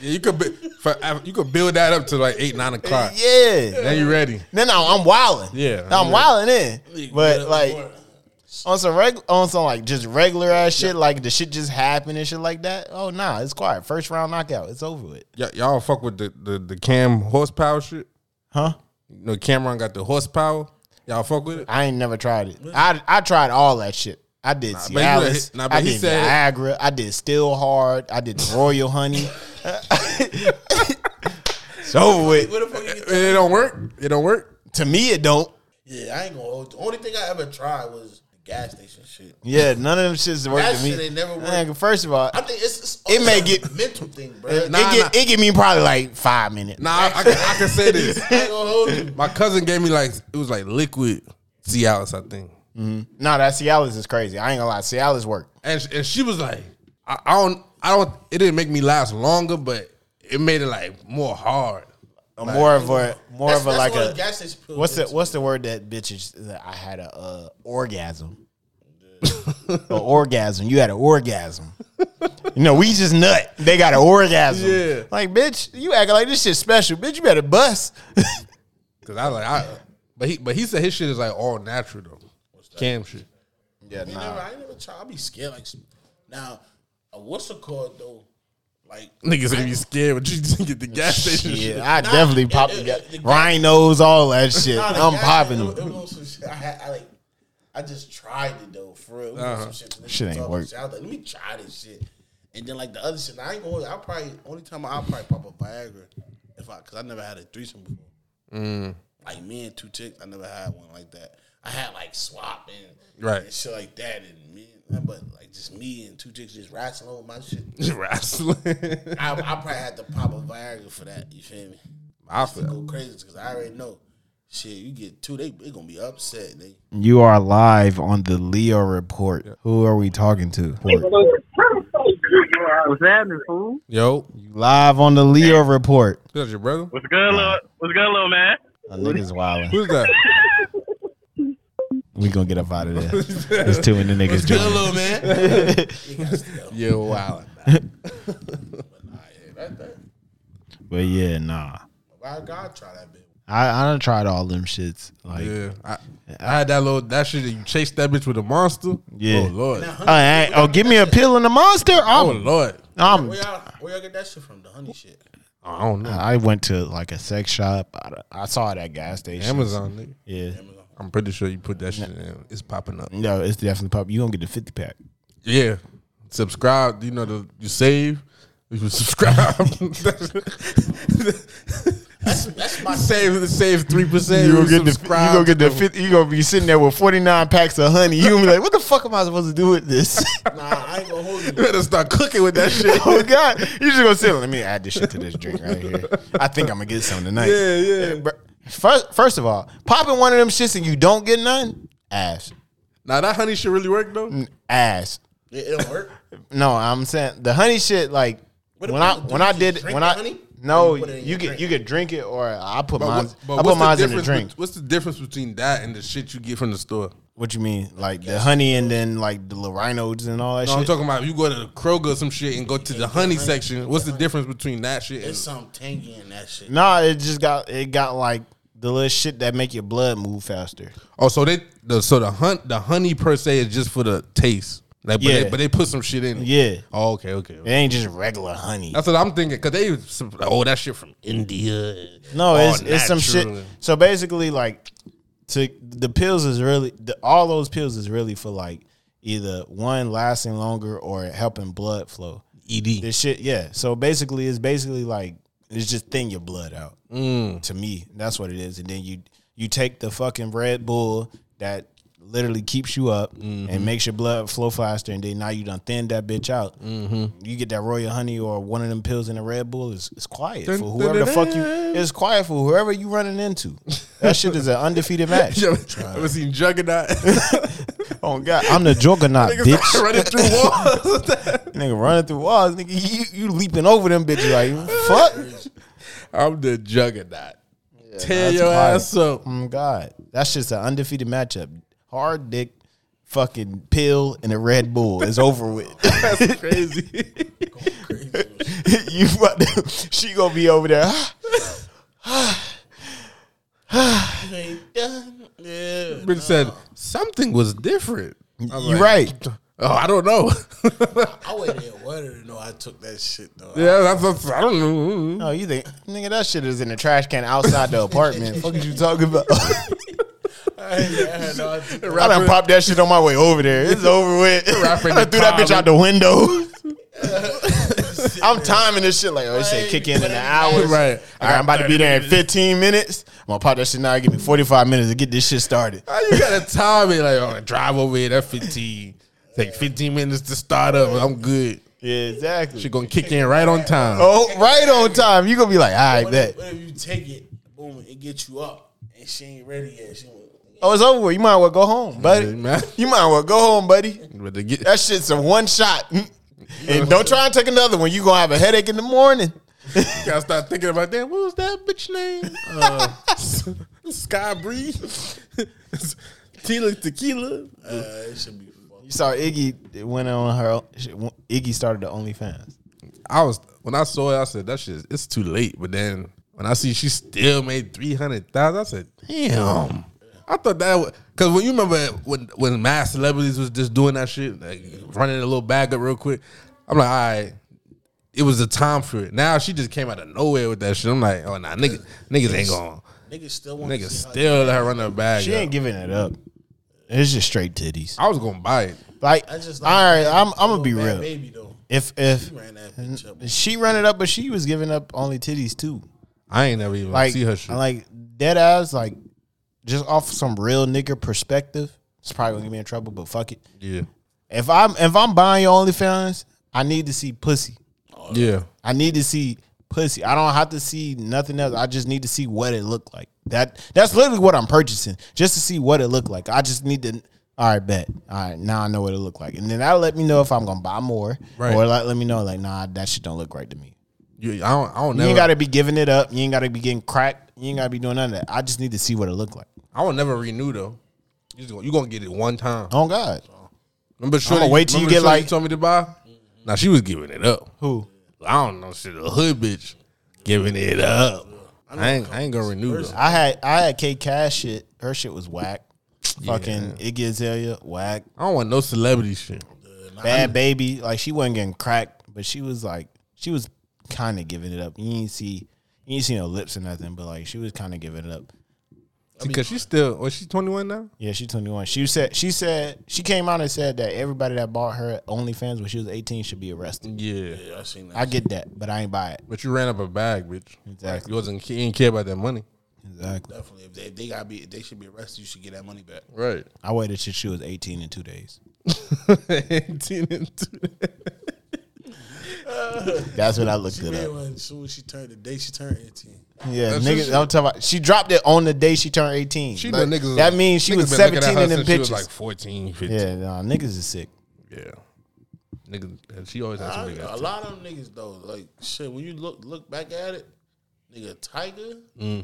A: Yeah, you could bu- for, uh, you could build that up to like eight nine o'clock.
B: Yeah.
A: Now you ready?
B: Then no, I'm wilding.
A: Yeah,
B: now I'm
A: yeah.
B: wilding in.
C: Yeah,
B: But like
C: boy.
B: on some reg on some like just regular ass shit, like the shit just happened and shit like that. Oh nah, it's quiet. First round knockout, it's over with.
A: Y- y'all fuck with the, the the Cam horsepower shit.
B: Huh?
A: You know, Cameron got the horsepower. Y'all fuck with it.
B: I ain't never tried it. I I tried all that shit. I did
A: but you done hit-
B: Cialis.
A: nah, but
B: I
A: he
B: did
A: said-
B: Viagra. I did Still Hard. I did Royal Honey. it's over with.
C: Where the fuck you get
A: And it don't work. It don't work.
B: To me, it don't.
C: Yeah, I ain't gonna hold. The only thing I ever tried was the gas station shit.
B: Yeah, none of them shits work
C: That
B: to me.
C: shit ain't never work.
B: Man, First of all,
C: I think it's, it's
B: It may
C: it's a
B: get-
C: mental thing, bro.
A: Nah,
B: it get
A: nah.
B: it give me probably like five minutes.
A: Nah, I, I, can, I can say this.
C: I ain't gonna hold you.
A: My cousin gave me like it was like liquid Cialis, I think,
B: No, that Cialis is crazy. I ain't gonna lie, Cialis work.
A: and sh- and she was like, I, I don't, I don't. It didn't make me last longer, but it made it like more hard.
B: A more of a more
C: Oh That's-
B: of a
C: that's
B: like
C: what
B: a
C: a gas station pill
B: what's the
C: is.
B: what's the word that bitches that I had a uh, orgasm. An orgasm. You had an orgasm. You know, we just nut. They got an orgasm.
A: Yeah.
B: Like, bitch, you acting like this shit special. Bitch, you better bust.
A: Cause I like, I, but he, but he said his shit is like all natural though. Cam shit.
B: Yeah,
C: I never, I ain't never tried. I be scared. Like now, a what's it called though? Like
A: Niggas gonna be scared when you get the gas station. shit.
B: Yeah, I definitely
C: it-
B: pop
C: it-
B: the
C: it- the-
B: rhinos, all that shit.
C: nah, the
B: I'm
C: gas-
B: popping
C: it-
B: them.
C: it was some shit. I had I like. I just tried it though, for real. We did Some shit,
B: Shit ain't
C: talking
B: work.
C: shit. I was like, let me try this shit. And then like the other shit, I ain't going. I probably only time I will probably pop a Viagra if I because I never had a threesome before. Like me and two chicks, I never had one like that. I had like swap and
A: Right.
C: and shit like that, and me, but like just me and two chicks just wrestling over my shit.
A: Wrestling.
C: I, I probably had to pop a Viagra for that. You feel me?
A: I
C: to
A: feel.
C: go crazy because I already know. Shit, you get two, they they gonna be upset. They
B: You are live on the Leo report. Who are we talking to?
G: What's happening, fool?
A: Yo,
B: Live on the Leo report.
A: who's that? Your brother?
G: What's good, little? What's good, little man?
B: A nigga's wildin'.
A: Who's that?
B: We gonna get up out of there. There's too many niggas joining.
C: little man.
A: yeah, wow.
B: But yeah, nah.
C: Why God try that bitch?
B: I, I done tried all them shits. Like
A: Yeah, I, I had that little that shit. That you chased that bitch with a monster.
B: Yeah.
A: Oh lord.
B: oh, hey, oh, give me a pill and a monster.
A: Oh
B: I'm,
A: lord.
B: I'm,
C: Where y'all where y'all get that shit from? The honey shit.
A: I don't know.
B: I went to like a sex shop. I, done- I saw it at gas station.
A: Amazon. Nigga.
B: Yeah.
A: I'm pretty sure you put that shit in. It's popping up.
B: No, it's definitely pop. You gonna get the fifty pack.
A: Yeah. Subscribe. You know the you save. You subscribe.
C: That's my
A: save save three percent.
B: You gonna get the. You gonna get the. 50, you gonna be sitting there with forty nine packs of honey. You gonna be like, what the fuck am I supposed to do with this?
C: nah. I ain't gonna hold you.
A: You better start cooking with that shit.
B: oh God! You just gonna sit. Let me add this shit to this drink right here. I think I'm gonna get some tonight.
A: Yeah, yeah.
B: bro. First, first of all, popping one of them shits and you don't get none, ass,
A: now that honey shit really work
B: Mm.
A: though.
B: ass.
C: It, it don't work.
B: No, I'm saying the honey shit. Like
C: What
B: when
C: if
B: I
C: you- do
B: when
C: you
B: I
C: just
B: did
C: drink
B: when
C: the
B: I
C: honey?
B: no,
C: Or you put it in
B: you
C: your
B: can
C: drink?
B: you could drink it or I put
A: But,
B: mine.
A: what,
B: I
A: but
B: put
A: what's
B: mine
A: the
B: in the
A: difference?
B: drink.
A: bet- What's the difference between that and the shit you get from the store?
B: What you mean, like the honey and then like the little rhinos and all that
A: No, I'm
B: shit?
A: talking about you go to Kroger or some shit and go to the honey section. What's the difference between that shit
C: It's
A: and
C: something tangy in that shit.
B: Nah, it just got it got like the little shit that make your blood move faster.
A: oh, so they the so the hunt the honey per se is just for the taste. Like, but,
B: Yeah.
A: they, but they put some shit in. it.
B: Yeah,
A: Oh, okay, okay. okay.
B: it ain't just regular honey.
A: That's what I'm thinking because they some- oh that shit from India.
B: No,
A: All
B: it's it's some shit.
A: natural.
B: So basically, like to the pills is really the, all those pills is really for like either one lasting longer or helping blood flow.
A: ED.
B: This shit, yeah. So basically, it's basically like it's just thin your blood out.
A: Mm.
B: To me, that's what it is. And then you you take the fucking Red Bull that literally keeps you up
A: Mm-hmm.
B: and makes your blood flow faster, and then now you done thinned that bitch out.
A: Mm-hmm.
B: You get that royal honey or one of them pills in a Red Bull. It's, it's quiet
A: Dun,
B: for whoever the
A: dun,
B: fuck you.
A: dun.
B: It's quiet for whoever you running into. That shit is an undefeated match.
A: You ever, ever seen Juggernaut?
B: Oh God, I'm the juggernaut,
A: Niggas
B: bitch.
A: running through walls.
B: Nigga running through walls, nigga. You, you leaping over them bitches like fuck.
A: I'm the Juggernaut. Tear
B: that's
A: your
B: hard.
A: ass up.
B: Oh my God, that's just an undefeated matchup. Hard dick, fucking pill, and a Red Bull is over with.
A: That's crazy.
B: you, about to- she gonna be over there.
C: You ain't done. Yeah.
A: Bitch said something was different. I'm
B: you
A: like,
B: right.
A: Oh, I don't know.
C: I waited in water to know I took that shit though.
A: yeah, that's, that's I don't know.
B: No, you think, nigga, that shit is in the trash can outside the apartment. fuck is you talking about?
C: I, I had no idea.
B: I done popped that shit on my way over there. It's over with. I
A: Rapper in
B: done
A: the
B: threw that bitch
A: car,
B: out the window. I'm timing this shit like, oh, this shit kick in in an hour.
A: Right.
B: All right, I'm about to be there in 15 minutes. I'm gonna pop that shit now. Give me 45 minutes to get this shit started.
A: How you gotta time it like oh, drive over here. That fifteen take fifteen minutes to start up. I'm good.
B: Yeah, exactly.
A: She gonna kick in right on time.
B: oh, right on time. You gonna be like, all right,
C: What
B: bet.
C: if, what if you take it, boom, it gets you up, and she ain't ready yet. She went,
B: Oh, it's over. with. You might well go home, buddy.
A: Yeah, man.
B: You might well go home, buddy.
A: But to get
B: That shit's a one shot. And don't try and take another one. You gonna have a headache in the morning.
A: gotta start thinking about that. What was that bitch name? Uh, Sky Bree, Tequila, tequila.
C: uh, it should be fucked.
B: You saw Iggy went on her. she- Iggy started the OnlyFans.
A: I was when I saw it, I said that shit. It's too late. But then when I see she still made three hundred thousand, I said, damn. I thought that was because when you remember when when mass celebrities was just doing that shit, like running a little bag up real quick. I'm like, all right. It was the time for it. Now she just came out of nowhere with that shit. I'm like, oh nah, nigga, niggas ain't going.
C: Niggas still want
A: Niggas
C: to see her.
A: still let her run her bag.
B: She
A: up.
B: ain't giving it up. It's just straight titties.
A: I was gonna buy it.
B: Like,
C: I just
B: all right, I'm I'm gonna
C: Oh,
B: be
C: Bad
B: real.
C: Baby though,
B: If if
C: she ran that bitch
A: Mm-hmm.
C: up.
B: she ran it up, but she was giving up only titties too.
A: I ain't never even
B: Like
A: see her shit.
B: like dead ass. Like just off some real nigga perspective, it's probably gonna get me in trouble. But fuck it.
A: yeah,
B: If I'm if I'm buying your OnlyFans, I need to see pussy.
A: Oh, yeah.
B: I need to see pussy. I don't have to see nothing else. I just need to see what it looked like. That that's literally what I'm purchasing, just to see what it looked like. I just need to. All right, bet. All right, now I know what it looked like, and then that'll let me know if I'm gonna buy more,
A: Right.
B: or like let me know like, nah, that shit don't look right to me.
A: You, I don't. I
B: You
A: don't never.
B: ain't gotta be giving it up. You ain't gotta be getting cracked. You ain't gotta be doing none of that. I just need to see what it looked like.
A: I will never renew though. You just gonna, you gonna get it one time.
B: Oh God,
A: Remember, sure.
B: wait till you get, like-
A: you told me to buy. Now she was giving it up.
B: who?
A: I don't know shit. A hood bitch giving it up. I ain't. I ain't gonna renew though.
B: I had I had K Cash shit. Her shit was whack. Fucking Iggy Azalea, whack.
A: I don't want no celebrity shit.
B: Bad baby, like she wasn't getting cracked, but she was like she was kind of giving it up. You didn't see you didn't see no lips or nothing, but like she was kind of giving it up.
A: Because she's still. Was she twenty one now?
B: Yeah, she twenty one. She said she said she came out and said that everybody that bought her OnlyFans when she was eighteen should be arrested.
A: Yeah.
C: I seen that.
B: I get that, but I ain't buy it.
A: But you ran up a bag, bitch.
B: Exactly.
A: You wasn't. You didn't care about that money.
B: Exactly.
C: Definitely, if they, if they got be, if they should be arrested. You should get that money back.
A: Right.
B: I waited till she was eighteen in two days.
A: Eighteen and two.
B: That's when I looked
C: She
B: it
C: made
B: up.
C: one as soon as she turned the day she turned eighteen.
B: Yeah,
A: That's
B: nigga,
A: just-
B: I'm talking about. She dropped it on the day she turned eighteen.
A: She
B: Like,
A: know niggas.
B: that means she
A: niggas
B: was
A: been looking at
B: seventeen
A: her
B: in them
A: since she
B: pictures.
A: was like 14, 15.
B: yeah, nah, niggas is sick.
A: Yeah. Nigga, she always has
C: I,
A: some big
C: a
A: ass.
C: lot of them niggas though, like shit. When you look look back at it, nigga, Tiger, but Kylie,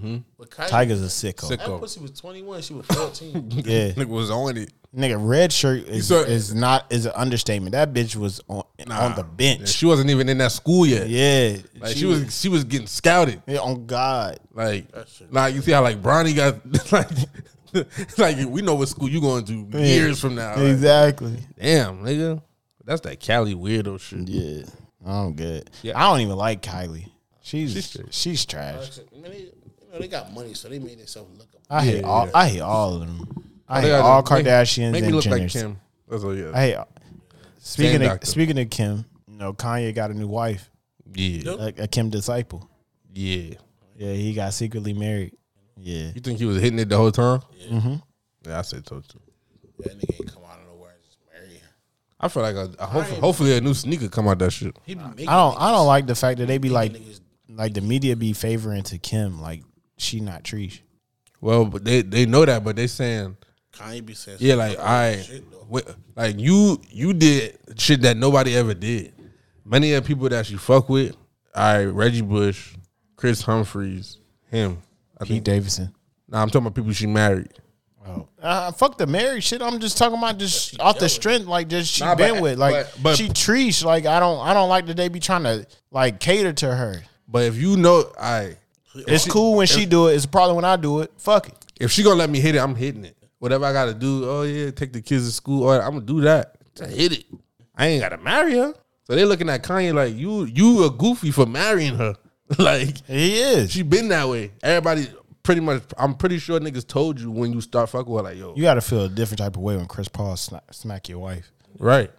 B: Mm-hmm. Tiger's a sicko.
A: Sick.
C: That
A: Go.
C: pussy was twenty one. She was fourteen.
B: Yeah,
A: Nigga was on it.
B: Nigga, red shirt is,
A: saw-
B: is not is an understatement. That bitch was on on the bench.
A: She wasn't even in that school yet.
B: Yeah,
A: Like she, was, she was getting scouted.
B: yeah, on God.
A: Like, like you see how like Bronny got like, like we know what school you going to years from now. Like,
B: Exactly.
A: Damn, nigga, that's that Cali weirdo shit.
B: Yeah, I'm good.
A: Yeah.
B: I don't even like Kylie. She's she's, trash.
C: I mean, they, you know, they got money, so they made themselves look up.
B: I hate all I hate all of them. I
A: They
B: hate
A: gotta
B: all
A: make-
B: Kardashians
A: Make me
B: and
A: look like
B: Jenners.
A: Kim. That's all. Yeah.
B: I hate. Speaking
A: Same
B: of
A: doctor.
B: speaking of Kim, you know Kanye got a new wife,
A: yeah.
B: like a Kim disciple.
A: Yeah.
B: Yeah, he got secretly married. Yeah, Mm-hmm.
A: You think he was hitting it the whole time? Yeah. Yeah, I said so too.
C: That nigga ain't come out of nowhere and just marry her.
A: I feel like a, a hope, hopefully a new sneaker come out that shit.
C: He be making
B: I don't I don't like the fact that they be like like the media be favoring to Kim like she not Trish.
A: Well, but they they know that, but they saying
C: Kanye be saying some
A: yeah, like
C: fucked up
A: I
C: Oh, shit, though.
A: wait, like you you did shit that nobody ever did. Many of the people that you fuck with, I Reggie Bush, Chris Humphreys, him. I
B: Pete
A: think.
B: Davidson.
A: Nah, I'm talking about people she married.
B: Uh, fuck the married shit. I'm just talking about just off the strength, like just she
A: Nah, but-
B: been with, like
A: but- but-
B: she treats. Like I don't, I don't like that they be trying to like cater to her.
A: But if you know, I
B: It's cool when she do it. It's probably when I do it. Fuck it.
A: if she gonna let me hit it, I'm hitting it. Whatever I gotta do, oh yeah, take the kids to school, or I'm gonna do that to hit it. I ain't gotta marry her. So they looking at Kanye like you, you a goofy for marrying her. like
B: He is.
A: she been that way. Everybody pretty much. I'm pretty sure niggas told you when you start fucking with her, like yo,
B: you got to feel a different type of way when Chris Paul smack, smack your wife.
A: right?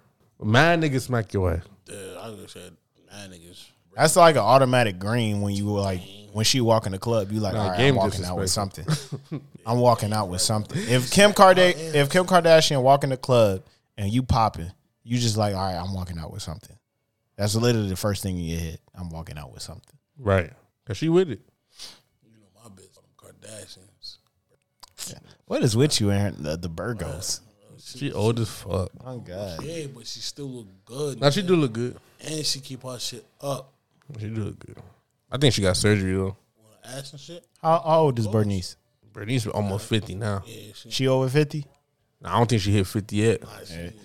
A: Mad niggas smack your wife.
C: Yeah, I just said nine niggas.
B: That's like an automatic green when you like when she walk in the club. You like,
A: Nah,
B: all right,
A: game
B: I'm walking out with something. I'm walking out with something. If Kim Kardashian, if Kim Kardashian walk in the club and you popping, you just like, all right, I'm walking out with something. That's literally the first thing in your head. I'm walking out with something.
A: Right? Cause she with it.
C: You know my bitch, them Kardashians.
B: What is with you, Aaron? The, the Burgos.
A: She old as fuck.
B: Oh God.
C: Yeah, but she still look good,
A: Now she do look good.
C: and she keep her shit up.
A: She do look good. I think she got surgery though.
C: Wanna Ass and shit.
B: How, how old is Bernice?
A: Bernice almost fifty now.
C: Yeah, she.
B: She over fifty?
A: I don't think she hit fifty yet.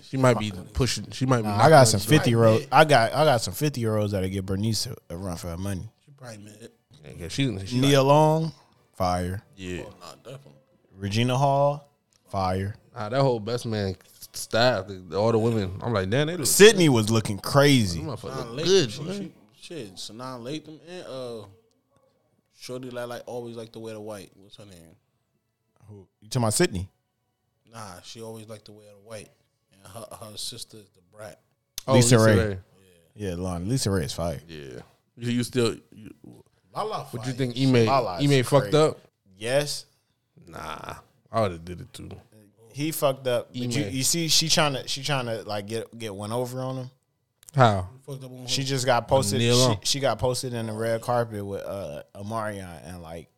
A: She might be pushing. She might be.
B: I got some fifty year old. I got I got some fifty year olds that'll give Bernice a, a run for her money.
C: She probably meant it.
A: Yeah, she, she like,
B: Nia Long, fire.
A: yeah.
C: Oh, nah, definitely.
B: Regina Hall, fire.
A: Nah, that whole best man staff, the- all the women. I'm like, damn, they look
B: Sydney was looking crazy.
A: motherfucker.
C: Latham,
A: good.
C: She, she, shit, Sanaa Latham and uh, Shorty like, like always like to wear the white. What's her name?
B: You talking about Sydney?
C: Nah, she always like to wear the white. And her her sister is the brat.
A: Oh,
B: Lisa Ray. Yeah, Lauren. Lisa Ray is fire.
A: Yeah. You, you still? You,
C: Lala.
A: what you think? Ime
B: Lala's
A: Ime fucked
B: crazy.
A: up?
B: Yes,
A: Nah, I would have did it too.
B: he fucked up. But you,
A: Ime.
B: you see, she trying to she trying to like get get one over on him.
A: How?
C: Fucked up on her.
B: She just got posted.
A: Kneel
B: She,
A: on.
B: she got posted in the red carpet with uh Amarion, and like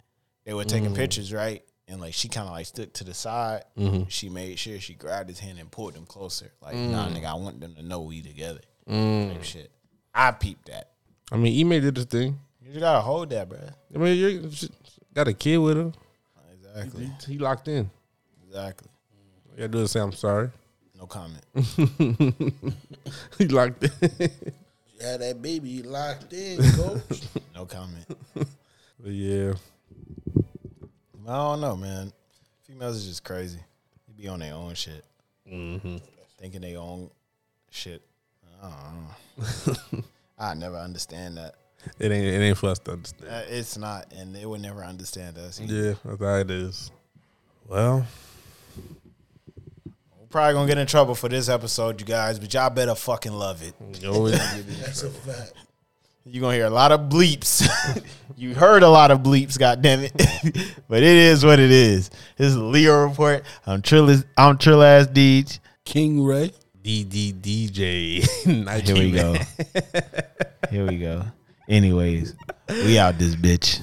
B: they were taking pictures, right? And like she kind of like stood to the side. She made sure she grabbed his hand and pulled him closer. Like, nah, nigga, I want them to know we together. Type shit. I peeped that.
A: I mean, Ime did the thing.
B: You just gotta hold that, bro.
A: I mean, you she got a kid with her.
B: Exactly.
A: He locked in.
B: Exactly.
A: All You gotta do is say I'm sorry.
B: No comment.
A: he locked in.
C: You had that baby locked in, coach.
B: No comment.
A: but yeah.
B: I don't know, man. Females is just crazy. They be on their own shit, mm-hmm. thinking they own shit. I don't know. I never understand that.
A: It ain't. It ain't for us to understand.
B: Uh, It's not, and they would never understand us. either.
A: Yeah, that's how it is. Well,
B: We're probably gonna get in trouble for this episode, you guys, but y'all better fucking love it.
A: you always
C: That's a fact.
B: You're gonna hear a lot of bleeps. you heard a lot of bleeps, goddammit. but it is what it is. This is the Leo Report. I'm Trill I'm Trill ass Deej.
C: King Ray.
A: DDDJ.
B: Here we go. Here we go. Anyways, we out this bitch.